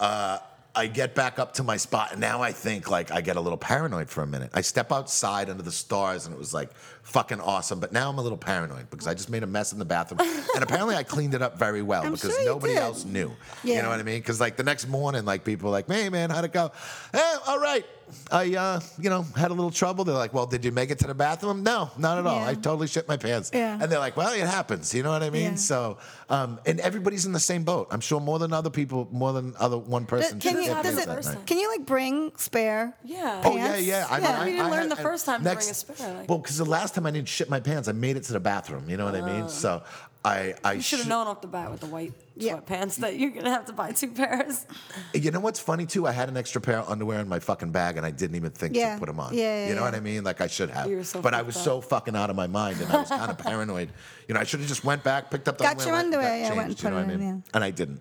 uh, I get back up to my spot, and now I think like I get a little paranoid for a minute. I step outside under the stars, and it was like fucking awesome. But now I'm a little paranoid because I just made a mess in the bathroom, and apparently I cleaned it up very well I'm because sure you nobody did. else knew. You Yeah. know what I mean? Because like the next morning, like people are like, "Hey man, how'd it go?" Eh, all right. I uh, you know had a little trouble. They're like, "Well, did you make it to the bathroom?" No, not at all. Yeah. I totally shit my pants. Yeah. And they're like, "Well, it happens." You know what I mean? Yeah. So, um, and everybody's in the same boat. I'm sure more than other people, more than other one person. Th- Can shit you, their does pants it, that night. can you like bring spare? Yeah. Oh yeah, pants? yeah. Yeah, we didn't learn the and first time to bring a spare, like- Well, because the last time I didn't shit my pants, I made it to the bathroom. You know what I mean? So I, I Oh. You should have shit- known off the bat with the white Yeah. sweatpants that you're gonna have to buy two pairs. You know what's funny too? I had an extra pair of underwear in my fucking bag, and I didn't even think Yeah. to put them on. Yeah, yeah, you know yeah. what I mean? Like I should have, You were so but I fucked was up. so fucking out of my mind, and I was kind of paranoid. You know, I should have just went back, picked up the Got your went- underwear, yeah, got went and changed, you put know it what I in, mean? yeah. And I didn't.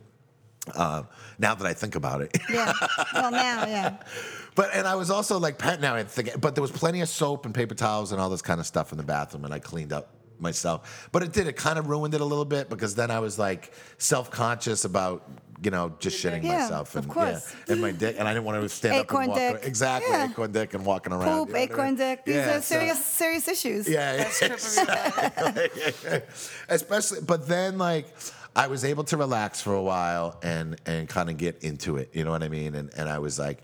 Uh, now that I think about it, Yeah. well, now, yeah. but and I was also like pat now I think but there was plenty of soap and paper towels and all this kind of stuff in the bathroom and I cleaned up myself. But it did it kind of ruined it a little bit because then I was like self-conscious about you know just shitting Yeah, myself and of course. yeah and my dick and I didn't want to stand up Acorn and walk dick. around. exactly Yeah. acorn dick and walking around you know Poop, what I mean? acorn dick. These Yeah, are so- serious, serious issues. yeah, That's tripping me out. especially but then like i was able to relax for a while and and kind of get into it you know what i mean and and i was like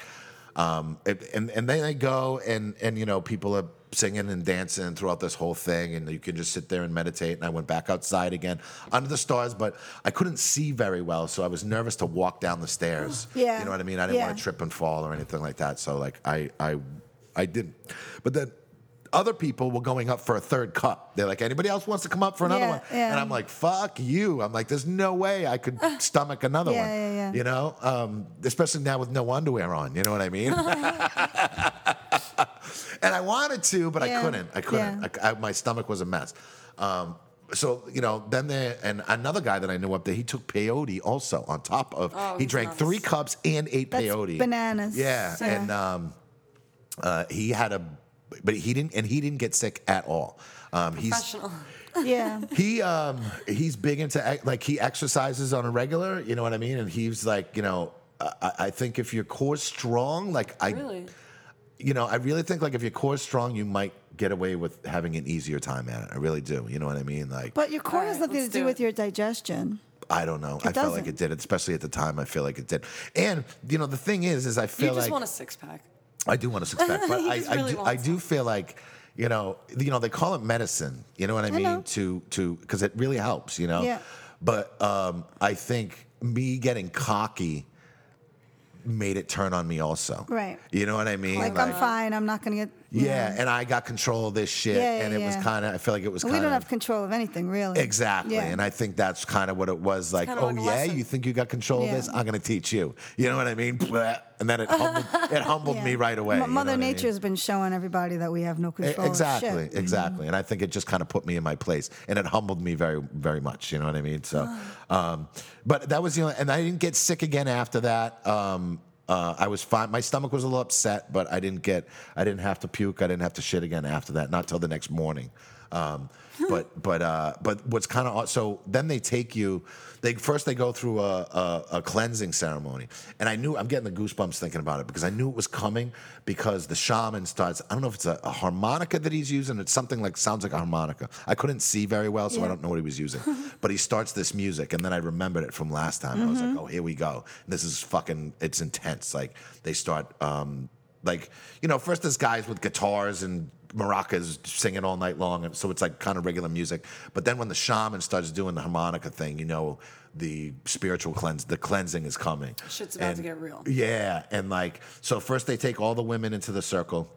um it, and and then i go and and you know people are singing and dancing throughout this whole thing and you can just sit there and meditate and i went back outside again under the stars but i couldn't see very well so i was nervous to walk down the stairs Yeah. you know what i mean i didn't Yeah. want to trip and fall or anything like that so like i i i didn't but then other people were going up for a third cup. They're like, anybody else wants to come up for another Yeah, one? yeah. Ah. And I'm like, fuck you. I'm like, there's no way I could stomach another Yeah, one. yeah, yeah. You know, um, especially now with no underwear on. You know what I mean? and I wanted to, but I Yeah, couldn't. I couldn't. yeah. I, I- my stomach was a mess. Um, so you know, then there and another guy that I knew up there, he took peyote also on top of. Oh, he he's drank nuts. three cups and ate That's peyote. bananas. Yeah, Yeah. and um, uh, he had a, but he didn't, and he didn't get sick at all. Um, he's Professional. Yeah. he um, he's big into ex- like he exercises on a regular. You know what I mean? And he's like, you know, I- I, I think if your core's strong, like I, Really? you know, I really think like if your core's strong, you might get away with having an easier time at it. I really do. You know what I mean? Like But your core has Alright, nothing to let's do, do with it. your digestion. I don't know. I felt like doesn't. it did, especially at the time. I feel like it did. And you know, the thing is, is I You feel just like want a six pack. I do want to suspect, but He I, just I, really do, I wants do feel like you know, you know, they call it medicine. You know what I mean? know. To to because it really helps. You know. Yeah. But um, I think me getting cocky made it turn on me also. Right. You know what I mean? Like, I'm fine. I'm not going to get. yeah, and I got control of this shit, Yeah, yeah, and it was yeah. kind of. I feel like it was We kind of. don't have control of anything, really. Exactly. Yeah. And I think that's kind of what it was like, kinda oh like a yeah, lesson. you think you got control of Yeah. this? I'm going to teach you. You know what I mean? Bleh. And then it humbled, it humbled Yeah. me right away. M- you know Mother what I mean? Nature's been showing everybody that we have no E- control. of shit. Exactly, exactly. And I think it just kind of put me in my place and it humbled me very, very much. You know what I mean? So, um, but that was, you know, and I didn't get sick again after that. Um, uh, I was fine. My stomach was a little upset, but I didn't get, I didn't have to puke. I didn't have to shit again after that, not till the next morning. Um, but but uh, but what's kind of so then they take you. They first they go through a, a, a cleansing ceremony, and I knew I'm getting the goosebumps thinking about it because I knew it was coming because the shaman starts. I don't know if it's a, a harmonica that he's using. It's something like sounds like a harmonica. I couldn't see very well, so I Yeah. don't know what he was using. but he starts this music, and then I remembered it from last time. I was like, oh, here we go. This is fucking. It's intense. Like they start. Um, like you know first there's guys with guitars and maracas singing all night long and so it's like kind of regular music but then when the shaman starts doing the harmonica thing you know the spiritual cleanse the cleansing is coming Shit's about to get real. yeah and like so first they take all the women into the circle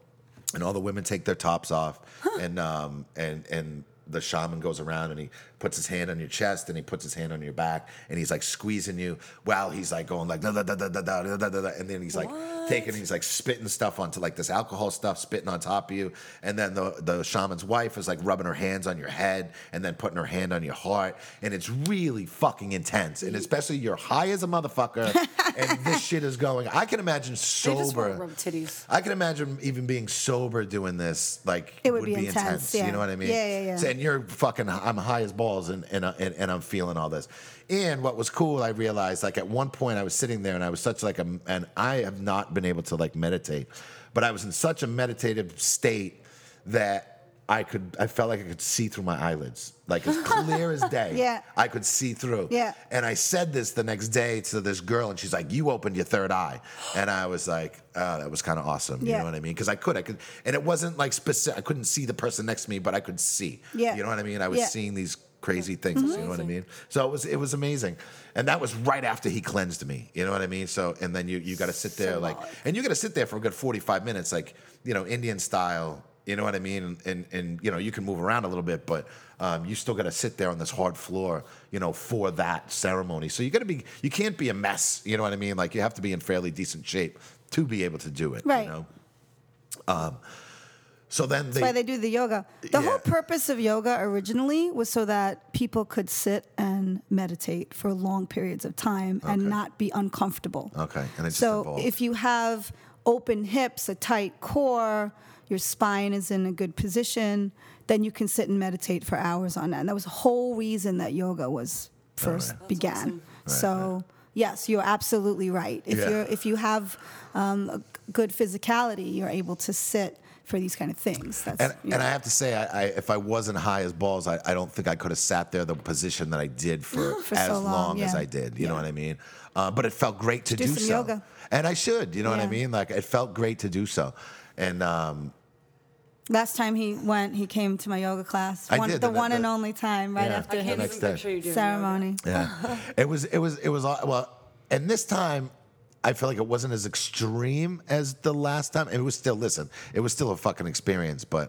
and all the women take their tops off and um and and the shaman goes around and he puts his hand on your chest and he puts his hand on your back and he's like squeezing you while he's like going like da da da da da da da da da da and then he's like taking he's like spitting stuff onto like this alcohol stuff spitting on top of you and then the the shaman's wife is like rubbing her hands on your head and then putting her hand on your heart and it's really fucking intense and especially you're high as a motherfucker and this shit is going I can imagine They sober just want to rub titties. I can imagine even being sober doing this, like It would be intense, yeah. You know what I mean? Yeah, yeah, yeah. So- and you're fucking, I'm high as balls, and and, uh, and and I'm feeling all this. And what was cool, I realized, like at one point, I was sitting there, and I was such like a, and I have not been able to like meditate, but I was in such a meditative state that I could, I felt like I could see through my eyelids, like as clear as day. Yeah. I could see through. Yeah. And I said this the next day to this girl, and she's like, "You opened your third eye," and I was like, "Oh, that was kind of awesome." You Yeah. know what I mean? Because I could, I could, and it wasn't like specific. I couldn't see the person next to me, but I could see. Yeah. You know what I mean? I was Yeah. seeing these crazy things. You know what I mean? So it was, it was amazing, and that was right after he cleansed me. You know what I mean? So and then you you got to sit there like, Symbolic. and you got to sit there for a good forty five minutes, like you know Indian style. You know what I mean? And, and and you know you can move around a little bit, but um, you still got to sit there on this hard floor, you know, for that ceremony. So you got to be you can't be a mess. You know what I mean? Like you have to be in fairly decent shape to be able to do it. Right. You know. Um, so then That's why they do the yoga. The Yeah. whole purpose of yoga originally was so that people could sit and meditate for long periods of time and Okay. not be uncomfortable. Okay, and it just so evolved. if you have open hips, a tight core, your spine is in a good position, then you can sit and meditate for hours on end. And that was the whole reason that yoga was first began. So yes, you're absolutely right. If Yeah. you're if you have um, a g- good physicality, you're able to sit for these kind of things. That's And, you and know. I have to say, I, I, if I wasn't high as balls, I, I don't think I could have sat there the position that I did for, For as so long, long, as yeah. I did. You know Yeah. what I mean? Uh, but it felt great to Do do, some so. yoga. And I should, you know what I Yeah. mean? Like it felt great to do so. And um, last time he went, he came to my yoga class. I One, did, the and one that- and that- only time, right Yeah. after I Can't his next even day. picture you doing yoga. ceremony. Yeah. it was it was it was aw- well, and this time I feel like it wasn't as extreme as the last time. It was still listen, it was still a fucking experience, but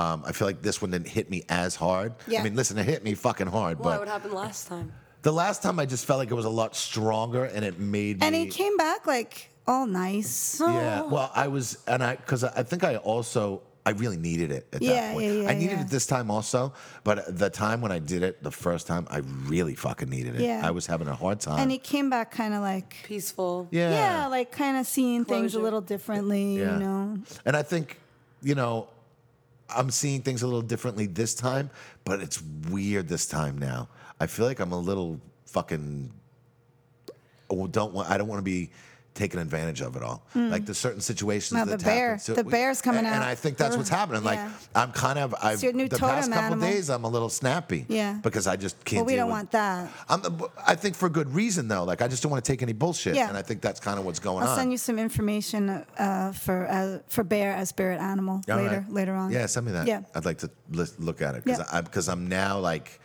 um, I feel like this one didn't hit me as hard. I Yeah. mean, listen, it hit me fucking hard, Why? What but happened last time? the last time I just felt like it was a lot stronger and it made And me he came back like all nice. yeah. Well, I was, and I, because I think I also, I really needed it at that Yeah, point. yeah, yeah, I needed yeah. it this time also, but the time when I did it the first time, I really fucking needed it. Yeah. I was having a hard time. And he came back kind of like Peaceful. yeah. yeah, like kind of seeing things a Closure. little differently, Yeah. you know. And I think, you know, I'm seeing things a little differently this time, but it's weird this time now. I feel like I'm a little fucking. oh, Don't want. I don't want to be taken advantage of at all. Like there's certain situations No, that Hmm. the bear- happen. the bear's coming and, And out. I think that's what's happening. Like Yeah. I'm kind of. I've your new the past totem couple animal. days I'm a little snappy. Yeah. Because I just can't. Well, we deal don't with- want that. I'm, I think for good reason though. Like I just don't want to take any bullshit. Yeah. And I think that's kind of what's going I'll on. send you some information uh, for uh, for bear as spirit animal All later right. later on. Yeah, send me that. Yeah. I'd like to lis- look at it because Yeah. I'm because I'm now like,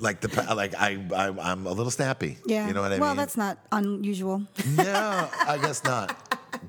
like the pa- like I, I I'm a little snappy. Yeah. you know what I well, mean. that's not unusual. no, I guess not.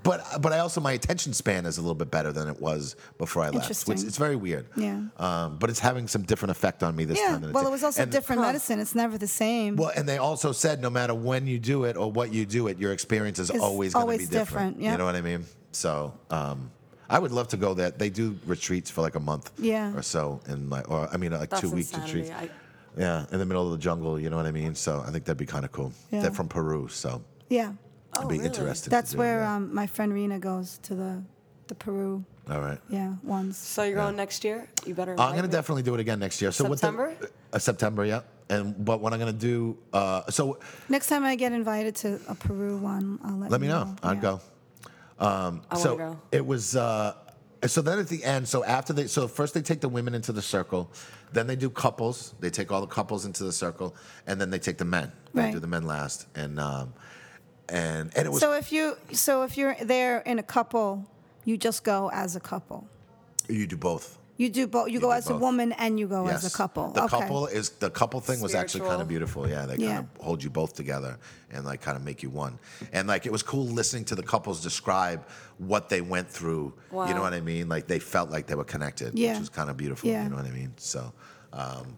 But but I also my attention span is a little bit better than it was before I left, which Interesting. it's very weird. Yeah. Um, but it's having some different effect on me this yeah. time. than Well, did. it was also And- different Huh. medicine. It's never the same. Well, and they also said no matter when you do it or what you do it, your experience is It's always going to be always different. different, yeah. You know what I mean? So, um, I would love to go there. They do retreats for like a month, Yeah. or so, and like, or I mean, like That's two week insanity. retreats. I, Yeah, in the middle of the jungle. You know what I mean? So, I think that'd be kind of cool. Yeah. They're from Peru, so yeah. oh, I'd be really? interested. to That's do where that. um, my friend Rena goes to the the Peru All right. Yeah, once. So you're going next year? You better. I'm invite gonna me. definitely do it again next year. So September? What the, uh, September, yeah. And but what I'm gonna do? Uh, so Next time I get invited to a Peru one, I'll let, let me know. I'd Yeah. go. Um, I so want to go. it was. Uh, so then at the end, so after they, so first they take the women into the circle, then they do couples. They take all the couples into the circle, and then they take the men. They Right. do the men last, and um, and and it was So if you so if you're there in a couple, you just go as a couple. you do both. You do both. You, go do as a both. woman and you go as a couple. The okay. couple is the couple thing was actually kind of Spiritual. beautiful. Yeah, they Yeah. kind of hold you both together and like kind of make you one. And like it was cool listening to the couples describe what they went through. You know Wow. what I mean? Like they felt like they were connected, Yeah. which was kind of beautiful. Yeah. You know what I mean? So. Um,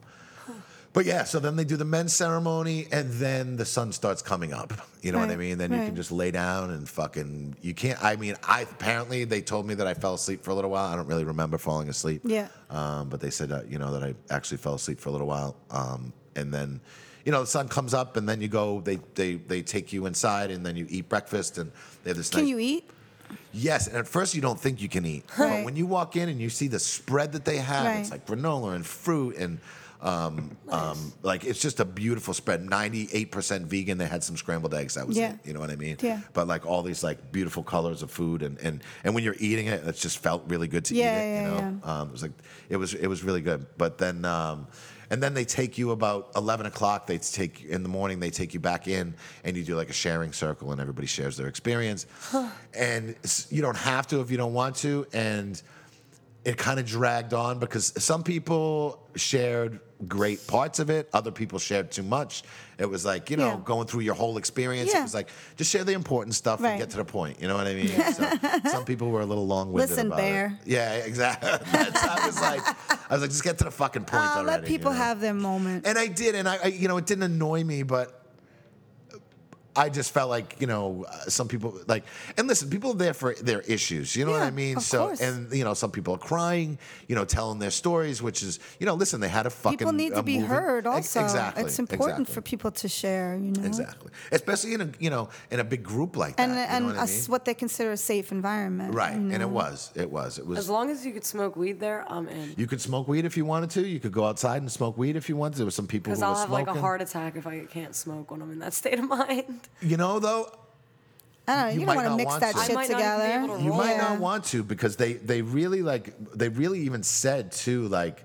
but yeah, so then they do the men's ceremony, and then the sun starts coming up. You know what I Right, mean? Then you right. can just lay down and fucking. You can't. I mean, I apparently they told me that I fell asleep for a little while. I don't really remember falling asleep. Yeah. Um, but they said, uh, you know, that I actually fell asleep for a little while. Um, and then, you know, the sun comes up, and then you go. They they they take you inside, and then you eat breakfast, and they have this. Can nice, you eat? Yes, and at first you don't think you can eat, Right. but when you walk in and you see the spread that they have, it's Right. like granola and fruit and. Um, um, like it's just a beautiful spread. Ninety-eight percent vegan. They had some scrambled eggs. That was Yeah. it. You know what I mean? Yeah. But like all these like beautiful colors of food, and and and when you're eating it, it just felt really good to Yeah, eat it. yeah, you know, um, it was like it was it was really good. But then um, and then they take you about eleven o'clock. They take in the morning. They take you back in, and you do like a sharing circle, and everybody shares their experience. and s- you don't have to if you don't want to. And it kind of dragged on because some people shared great parts of it other people shared too much it was like you know Yeah. going through your whole experience it Yeah. was like just share the important stuff Right. and get to the point you know what i mean so, some people were a little long-winded Listen, about bear. it yeah exactly That's- i was like i was like just get to the fucking point I'll already Uh, let people you know? have their moment. and i did and I, I you know it didn't annoy me but I just felt like you know uh, some people like and listen, people are there for their issues. You know what Yeah, I mean? of so course. and you know some people are crying, you know, telling their stories, which is you know, listen, they had a fucking people need a to be moving- heard Ex- also Exactly, it's important exactly, for people to share you know exactly, especially in a you know in a big group like that. and you know and what I a mm. mean? s- what they consider a safe environment right, you and it know. was, it was, it was. As long as you could smoke weed there, I'm in. you could smoke weed if you wanted to. You could go outside and smoke weed if you wanted. There were some people who Because were I'll have smoking. like a heart attack if I can't smoke when I'm in that state of mind. you know, though, I don't know, You you, might don't want not to mix want that to. I shit might not even be together able to You roll. might Yeah. not want to because they they really like they really even said too like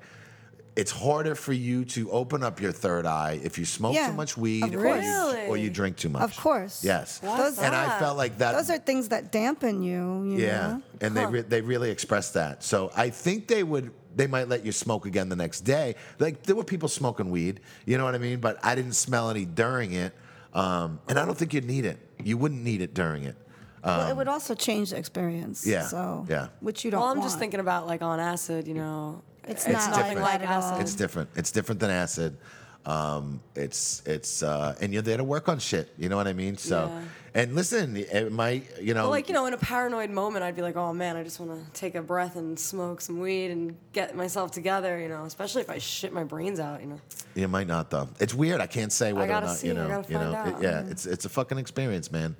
it's harder for you to open up your third eye if you smoke Yeah, too much weed of or you, course. or you drink too much. Of course. Yes. Those- and I that? felt like that those are things that dampen you, yeah, um, you know? Mm-hmm. and they re- they really expressed that. So I think they would they might let you smoke again the next day. Like there were people smoking weed, you know what I mean? But I didn't smell any during it, um, and I don't think you'd need it. You wouldn't need it during it. well, it would also change the experience. Yeah, So, yeah. which you don't Well, I'm want. just thinking about like on acid, you know. It's it's not nothing different. like Not at all. acid. It's different. It's different than acid. Um, it's it's uh, and you're there to work on shit. You know what I mean? So Yeah. and listen, it might you know But, like, you know, in a paranoid moment, I'd be like, oh man, I just want to take a breath and smoke some weed and get myself together, you know, especially if I shit my brains out, you know. you might not though. It's weird. I can't say whether or gotta not see. you I know. gotta you know, find It- out. Mm-hmm. yeah. It's it's a fucking experience, man.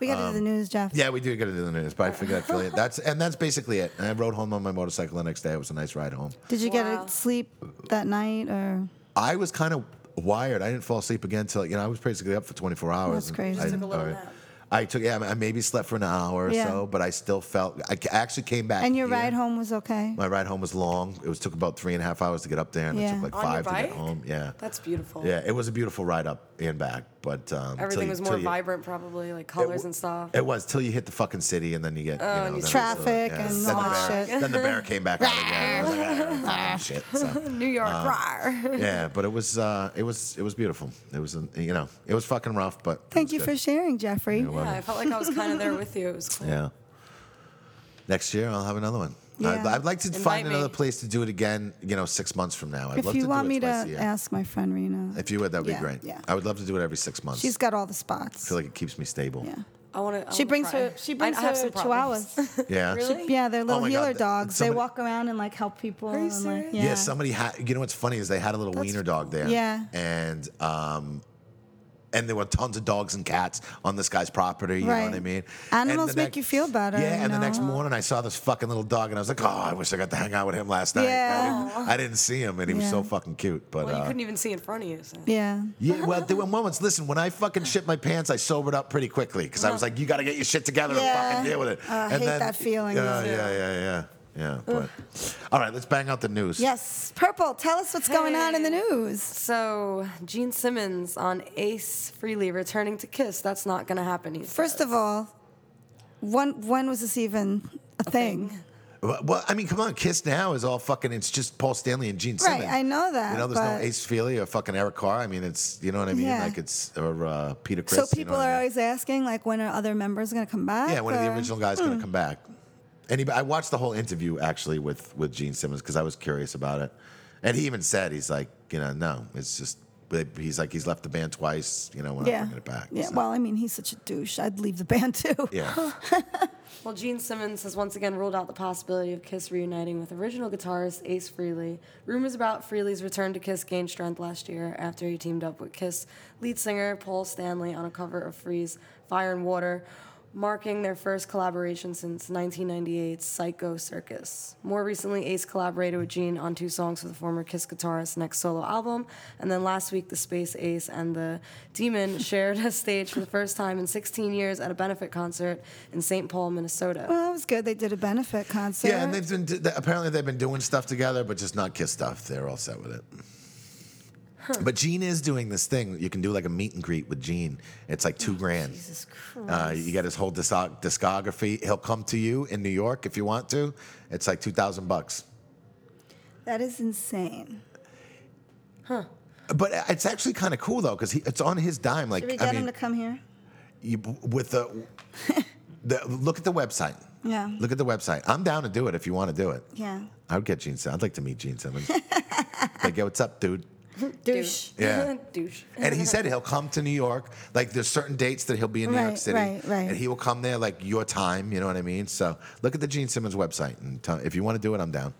we got to do the news, Jeff. Um, Yeah, we do get into the news, but I figured I'd fill it. That's and that's basically it. And I rode home on my motorcycle the next day. It was a nice ride home. Did you get Wow. a sleep that night or I was kind of wired. I didn't fall asleep again till you know I was basically up for 24 hours. That's and crazy. I, Just took a little or- nap. I took yeah. I maybe slept for an hour or Yeah. so, but I still felt. I ca- actually came back. and your here. ride home was okay? My ride home was long. It was took about three and a half hours to get up there, and it Yeah. took like On your five to get bike? home. Yeah, That's beautiful. yeah. It was a beautiful ride up and back, but um, till Everything you- was till more you- vibrant, probably, like it colors w- and stuff. It was till you hit the fucking city, and then you get you know, and you then Oh, Traffic it's, uh, yeah. and then all the that bear, shit. Then the bear came back out again. I was like, "Ah, fucking shit. So, New York, uh, rawr. yeah, but it was uh, it was it was beautiful. It was an- you know it was fucking rough, but it Thank was you good. for sharing, Jeffrey. Yeah, I felt like I was kind of there with you. It was cool. Yeah. Next year, I'll have another one. I'd, Yeah. I'd like to Invite find me. another place to do it again. You know, six months from now. I'd If love you to want do it me to twice a year. ask my friend Rena, If you would, that'd Yeah, be great. yeah. I would love to do it every six months. she's got all the spots. I feel like it keeps me stable. yeah. I want to. She brings her she brings her chihuahuas. Yeah. Really? yeah, they're little Oh my God, healer th- dogs. somebody- they walk around and like help people. you and, like, serious? Yeah. yeah. somebody had. You know what's funny is they had a little wiener dog there. Yeah. And um, and there were tons of dogs and cats on this guy's property. You know what I Right. mean? Animals And the make you feel better, Yeah. you and the next know? morning, I saw this fucking little dog, and I was like, oh, I wish I got to hang out with him last night. I, Yeah. didn't, I didn't see him, and he was Yeah. so fucking cute. But Well, you uh, couldn't even see in front of you. So. Yeah. yeah, well, there were moments. Listen, when I fucking shit my pants, I sobered up pretty quickly because I was like, "You got to get your shit together Yeah. and fucking deal with it." Oh, I hate that feeling, Yeah, though. yeah, yeah, yeah, yeah. But all right, let's bang out the news. Yes. Purple, tell us what's going on in the news. So Gene Simmons on Ace Freely returning to Kiss. That's not gonna happen. He First of all, when when was this even a thing? Well, well, I mean, come on, Kiss now is all fucking. It's just Paul Stanley and Gene Simmons. Right, I know that, You know, there's but- no Ace Feely or fucking Eric Carr. I mean, it's you know what I mean. Yeah. Like it's or uh, Peter Chris. so people are always uh, asking, like, when are other members going to come back? Yeah, when are or- the original guys hmm. going to come back? Anybody? I watched the whole interview actually with with Gene Simmons because I was curious about it, and he even said he's like, you know, no, it's just he's like he's left the band twice. You know, we're not Yeah. bringing it back. Yeah. So, Well, I mean, he's such a douche. I'd leave the band too. yeah. Well, Gene Simmons has once again ruled out the possibility of Kiss reuniting with original guitarist Ace Frehley. Rumors about Frehley's return to Kiss gained strength last year after he teamed up with Kiss lead singer Paul Stanley on a cover of Free's Fire and Water, marking their first collaboration since 1998's Psycho Circus. More recently, Ace collaborated with Gene on two songs for the former Kiss guitarist's next solo album, and then last week, the Space Ace and the Demon shared a stage for the first time in 16 years at a benefit concert in St. Paul, Minnesota. Well, that was good. They did a benefit concert. Yeah, and they've been d- apparently they've been doing stuff together, but just not Kiss stuff. They're all set with it. But Gene is doing this thing. You can do like a meet and greet with Gene. It's like Oh, two grand. Jesus Christ! Uh, you get his whole discog- discography. He'll come to you in New York if you want to. It's like two thousand bucks. that is insane. But it's actually kind of cool though, because it's on his dime. Like Did we get I mean, him to come here? you, with the, the look at the website. Yeah. Look at the website. I'm down to do it if you want to do it. Yeah. I would get Gene. Simmons. I'd like to meet Gene Simmons. like, yo, what's up, dude? Douche. Yeah. Douche. And he said he'll come to New York. Like there's certain dates that he'll be in New York Right, City, right, right. and he will come there like your time. You know what I mean? So look at the Gene Simmons website, and tell, if you want to do it, I'm down.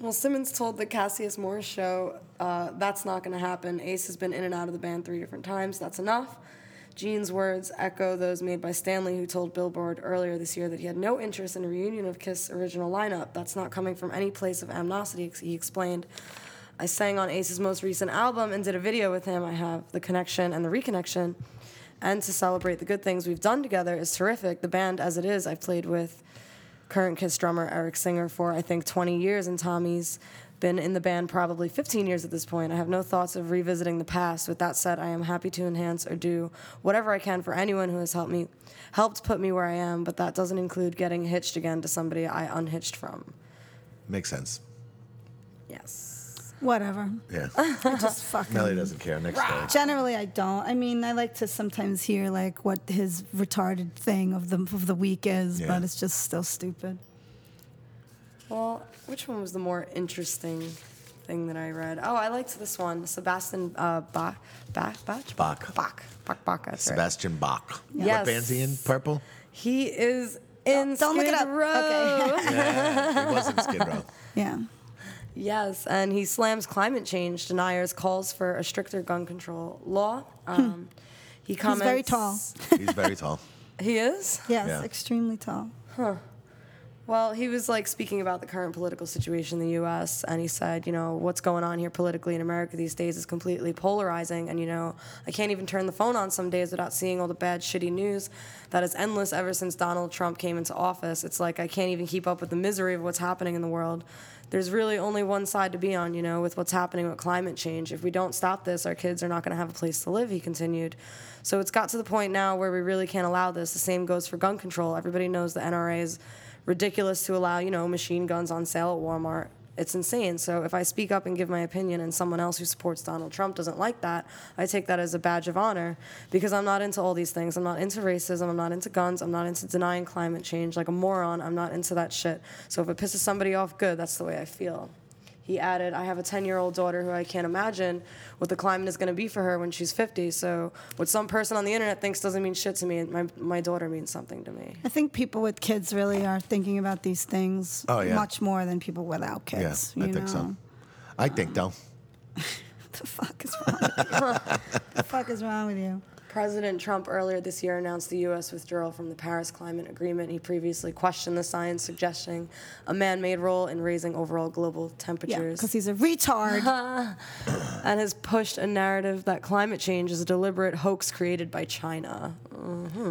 Well, Simmons told the Cassius Moore show uh, that's not going to happen. Ace has been in and out of the band three different times. That's enough. Gene's words echo those made by Stanley, who told Billboard earlier this year that he had no interest in a reunion of Kiss' original lineup. That's not coming from any place of amnosity, he explained. I sang on Ace's most recent album and did a video with him. I have the connection and the reconnection. And to celebrate the good things we've done together is terrific. The band, as it is, I've played with current Kiss drummer Eric Singer for I think 20 years, and Tommy's been in the band probably 15 years at this point. I have no thoughts of revisiting the past. With that said, I am happy to enhance or do whatever I can for anyone who has helped me, helped put me where I am. But that doesn't include getting hitched again to somebody I unhitched from. Makes sense. Yes. Whatever. Yeah. I just fucking. Melly doesn't care. Next day. Generally, I don't. I mean, I like to sometimes hear like what his retarded thing of the of the week is, Yeah. but it's just still stupid. Well, which one was the more interesting thing that I read? Oh, I liked this one. Sebastian uh, Bach, Bach, Bach, Bach. Bach, Bach, Bach. That's right. Sebastian Bach. Yes. What band's he in? Purple. He is in Don't look it Skid up. Row. Okay. Yeah, he was in Skid Row. yeah. Yes, and he slams climate change deniers, calls for a stricter gun control law. Um, He comments. Hmm. very tall. He's very tall. He is. Yes. Yeah. Extremely tall. Well, he was like speaking about the current political situation in the U.S., and he said, you know, what's going on here politically in America these days is completely polarizing, and you know, I can't even turn the phone on some days without seeing all the bad, shitty news that is endless ever since Donald Trump came into office. It's like I can't even keep up with the misery of what's happening in the world. There's really only one side to be on, you know, with what's happening with climate change. If we don't stop this, our kids are not going to have a place to live, he continued. So it's got to the point now where we really can't allow this. The same goes for gun control. Everybody knows the NRA is ridiculous to allow, you know, machine guns on sale at Walmart. It's insane. So if I speak up and give my opinion and someone else who supports Donald Trump doesn't like that, I take that as a badge of honor because I'm not into all these things. I'm not into racism. I'm not into guns. I'm not into denying climate change like a moron. I'm not into that shit. So if it pisses somebody off, good. That's the way I feel. He added, I have a 10 year old daughter who I can't imagine what the climate is going to be for her when she's 50. So, what some person on the internet thinks doesn't mean shit to me, my, my daughter means something to me. I think people with kids really are thinking about these things Oh, yeah. much more than people without Yeah, kids. I you think know? so. I think though. What the fuck is wrong? with you? the fuck is wrong with you? President Trump earlier this year announced the U.S. withdrawal from the Paris Climate Agreement. He previously questioned the science, suggesting a man made role in raising overall global Yeah, temperatures because he's a retard. and has pushed a narrative that climate change is a deliberate hoax created by China.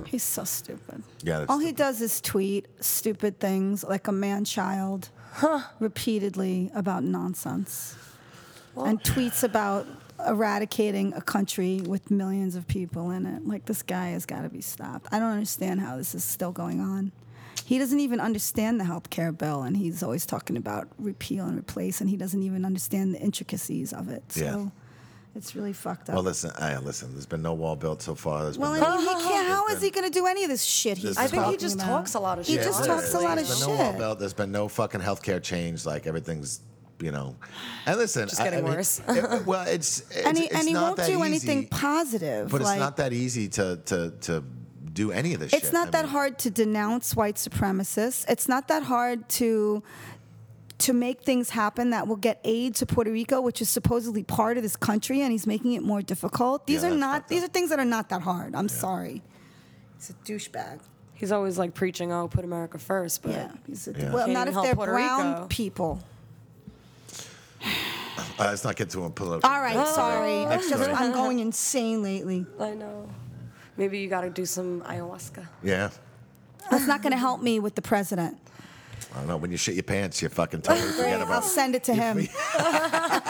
he's so stupid. Yeah, that's All he does is tweet stupid things like a man child repeatedly about nonsense and tweets about eradicating a country with millions of people in it. Like, this guy has got to be stopped. I don't understand how this is still going on. He doesn't even understand the health care bill, and he's always talking about repeal and replace, and he doesn't even understand the intricacies of it. So Yeah. it's really fucked up. Well, listen, I, listen. There's been no wall built so far. There's Well, been I no, mean, he can't. How is he going to do any of this shit? He's This is I think he talking just about? talks a lot of He shit. just Yeah, talks a lot of there's been no wall shit. built. There's been no fucking healthcare change. Like everything's, you know, and listen, Just I- I getting mean, worse. it- well, it's, it's and he, it's and he not won't that do easy, anything positive. But like, it's not that easy to to to do any of this. It's shit. not I that mean, hard to denounce white supremacists. It's not that hard to to make things happen that will get aid to Puerto Rico, which is supposedly part of this country, and he's making it more difficult. These Yeah, are that's not. fucked These are up. things that are not that hard. I'm sorry. He's a douchebag. He's always like preaching, oh, put America first. But Yeah. He's a, Yeah. Well, Can't not even if help they're Puerto brown Rico. people. Uh, let's not get to a political. All right. debate. Sorry. It's just story. I'm going insane lately. I know. Maybe you got to do some ayahuasca. Yeah. That's not going to help me with the president. I don't know. When you shit your pants, you fucking totally forget I'll about. send it to him.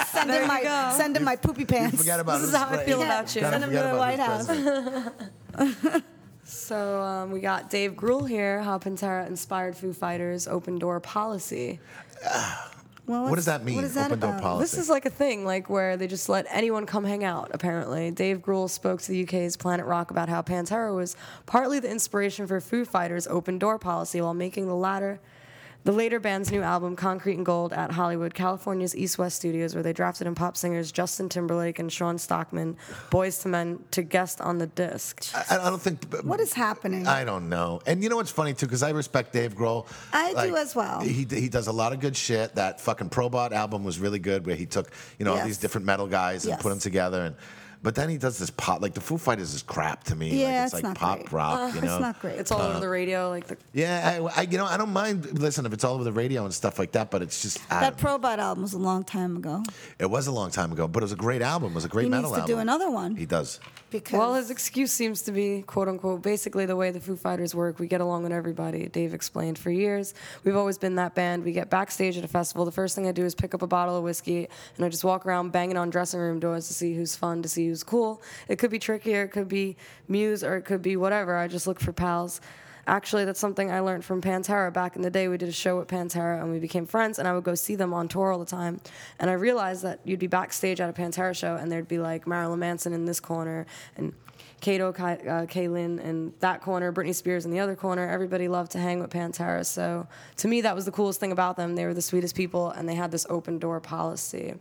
send him my send him my poopy pants. You forget about This it. is how I Right. feel about you. Gotta Send him forget to the about this White House. president. So um, we got Dave Grohl here, how Pantera inspired Foo Fighters' open door policy. Well, What does what's- that mean? What is that Open door about? policy. This is like a thing, like where they just let anyone come hang out. Apparently, Dave Grohl spoke to the UK's Planet Rock about how Pantera was partly the inspiration for Foo Fighters' open door policy, while making the latter. The later band's new album, Concrete and Gold, at Hollywood, California's East West Studios, where they drafted in pop singers Justin Timberlake and Sean Stockman, Boys to Men, to guest on the disc. I, I don't think. What is happening? I don't know. And you know what's funny too, because I respect Dave Grohl. I do as well. He he does a lot of good shit. That fucking Probot album was really good, where he took you know all Yes. these different metal guys and Yes. put them together and. But then he does this pop, like the Foo Fighters is crap to me. Yeah, like, it's like not pop great. Uh, rock, you know. It's not great. It's all over the radio, like the Yeah, I, I, you know, I don't mind. Listen, if it's all over the radio and stuff like that, but it's just I, that Probot album was a long time ago. it was a long time ago. But it was a great album. It was a great He metal needs to album. do another one. He does. Because Well, his excuse seems to be, quote unquote, basically the way the Foo Fighters work. We get along with everybody, Dave explained. For years, we've always been that band. We get backstage at a festival. The first thing I do is pick up a bottle of whiskey and I just walk around banging on dressing room doors to see who's fun, to see who's cool. It could be trickier, it could be Muse, or it could be whatever. I just look for pals. Actually, that's something I learned from Pantera. Back in the day, we did a show at Pantera and we became friends, and I would go see them on tour all the time. And I realized that you'd be backstage at a Pantera show, and there'd be like Marilyn Manson in this corner, and Kato, Ki- uh, Kaylin in that corner, Britney Spears in the other corner. Everybody loved to hang with Pantera. So to me, that was the coolest thing about them. They were the sweetest people, and they had this open door policy.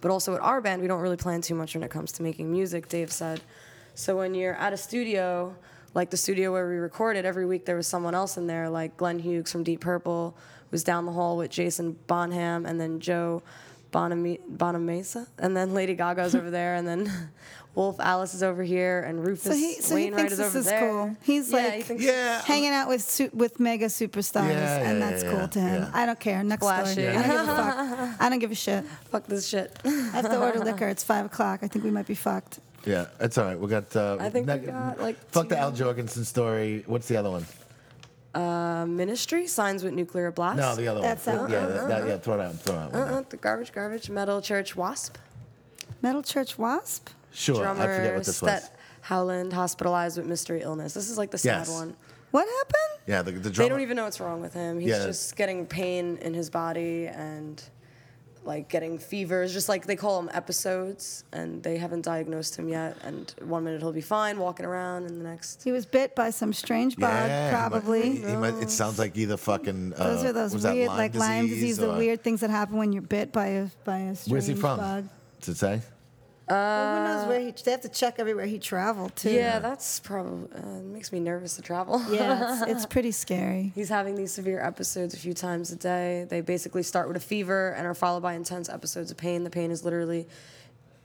But also at our band, we don't really plan too much when it comes to making music, Dave said. So when you're at a studio, like the studio where we recorded, every week there was someone else in there, like Glenn Hughes from Deep Purple was down the hall with Jason Bonham and then Joe Bonami- Bonamesa. And then Lady Gaga's over there, and then Wolf Alice is over here, and Rufus so he so he Wainwright thinks is this over is there. cool. He's Yeah, like he thinks Yeah. hanging out with su- with mega superstars, Yeah, and yeah, that's yeah, cool to him. yeah. I don't care. Next Flashy. story. I don't give a fuck. I don't give a shit. fuck this shit. I have to order liquor. It's five o'clock. I think we might be fucked. Yeah, it's all right. We got. Uh, I think we got, like, Fuck two the Al Jorgensen story. What's the other one? A ministry signs with nuclear blast. No, the other That's one. Al- yeah, that, uh-huh. that, yeah, throw it out, throw it out. one uh-uh, out. the garbage, garbage, metal church wasp. Metal Church Wasp. Sure, I forget drummer what this was. Stet Howland hospitalized with mystery illness. This is like the sad Yes. one. What happened? Yeah, the, the drummer. They don't even know what's wrong with him. He's Yeah. just getting pain in his body and like getting fevers. Just like they call them episodes, and they haven't diagnosed him yet. And one minute he'll be fine walking around, and the next He was bit by some strange bug, Yeah, he might- probably. he- he might- it sounds like either fucking. Uh, Those are those was that weird, Lyme like disease Lyme disease, the or- weird things that happen when you're bit by a by a strange Where's he from? bug. Does it say? Well, who knows where he? They have to check everywhere he traveled to. yeah, that's probably uh, makes me nervous to travel. yeah, it's, it's pretty scary. He's having these severe episodes a few times a day. They basically start with a fever and are followed by intense episodes of pain. The pain is literally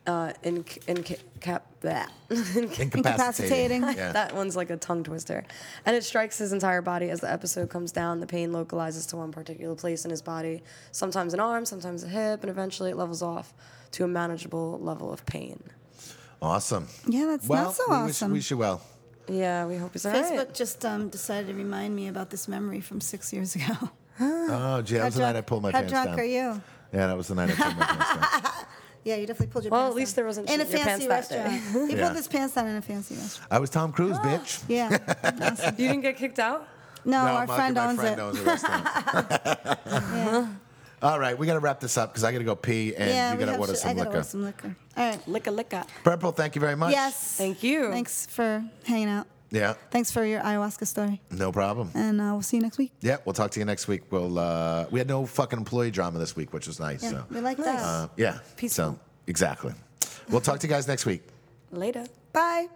uh, in, in cap, blah. Incapacitating. Incapacitating. Yeah. That one's like a tongue twister. And it strikes his entire body as the episode comes down. The pain localizes to one particular place in his body, sometimes an arm, sometimes a hip, and eventually it levels off to a manageable level of pain. Awesome. Yeah, that's well, not so we awesome. Wish, wish you well. Yeah, we hope he's all right. Facebook just um, decided to remind me about this memory from six years ago. Oh, gee, that was the night I pulled my how pants drunk down. are you? Yeah, that was the night I pulled my pants down. Yeah, you definitely pulled your Well, pants at least down. there wasn't in a shit in your fancy pants that day. restaurant. He Yeah. pulled his pants down in a fancy restaurant. I was Tom Cruise, bitch. Yeah. You didn't get kicked out? No, No, our my- friend my owns friend it. owns a restaurant. All right, we got to wrap this up because I got to go pee and yeah, you got we to have order shit. some I gotta liquor. order some liquor. All right. Licka licka. Purple, thank you very much. Yes. Thank you. Thanks for hanging out. Yeah, Thanks for your ayahuasca story. no problem. And uh, we'll see you next week. Yeah, we'll talk to you next week. We'll uh, we had no fucking employee drama this week, which was nice. Yeah, So we like Nice. that. uh, yeah, Peaceful. So exactly. We'll talk to you guys next week. Later. Bye.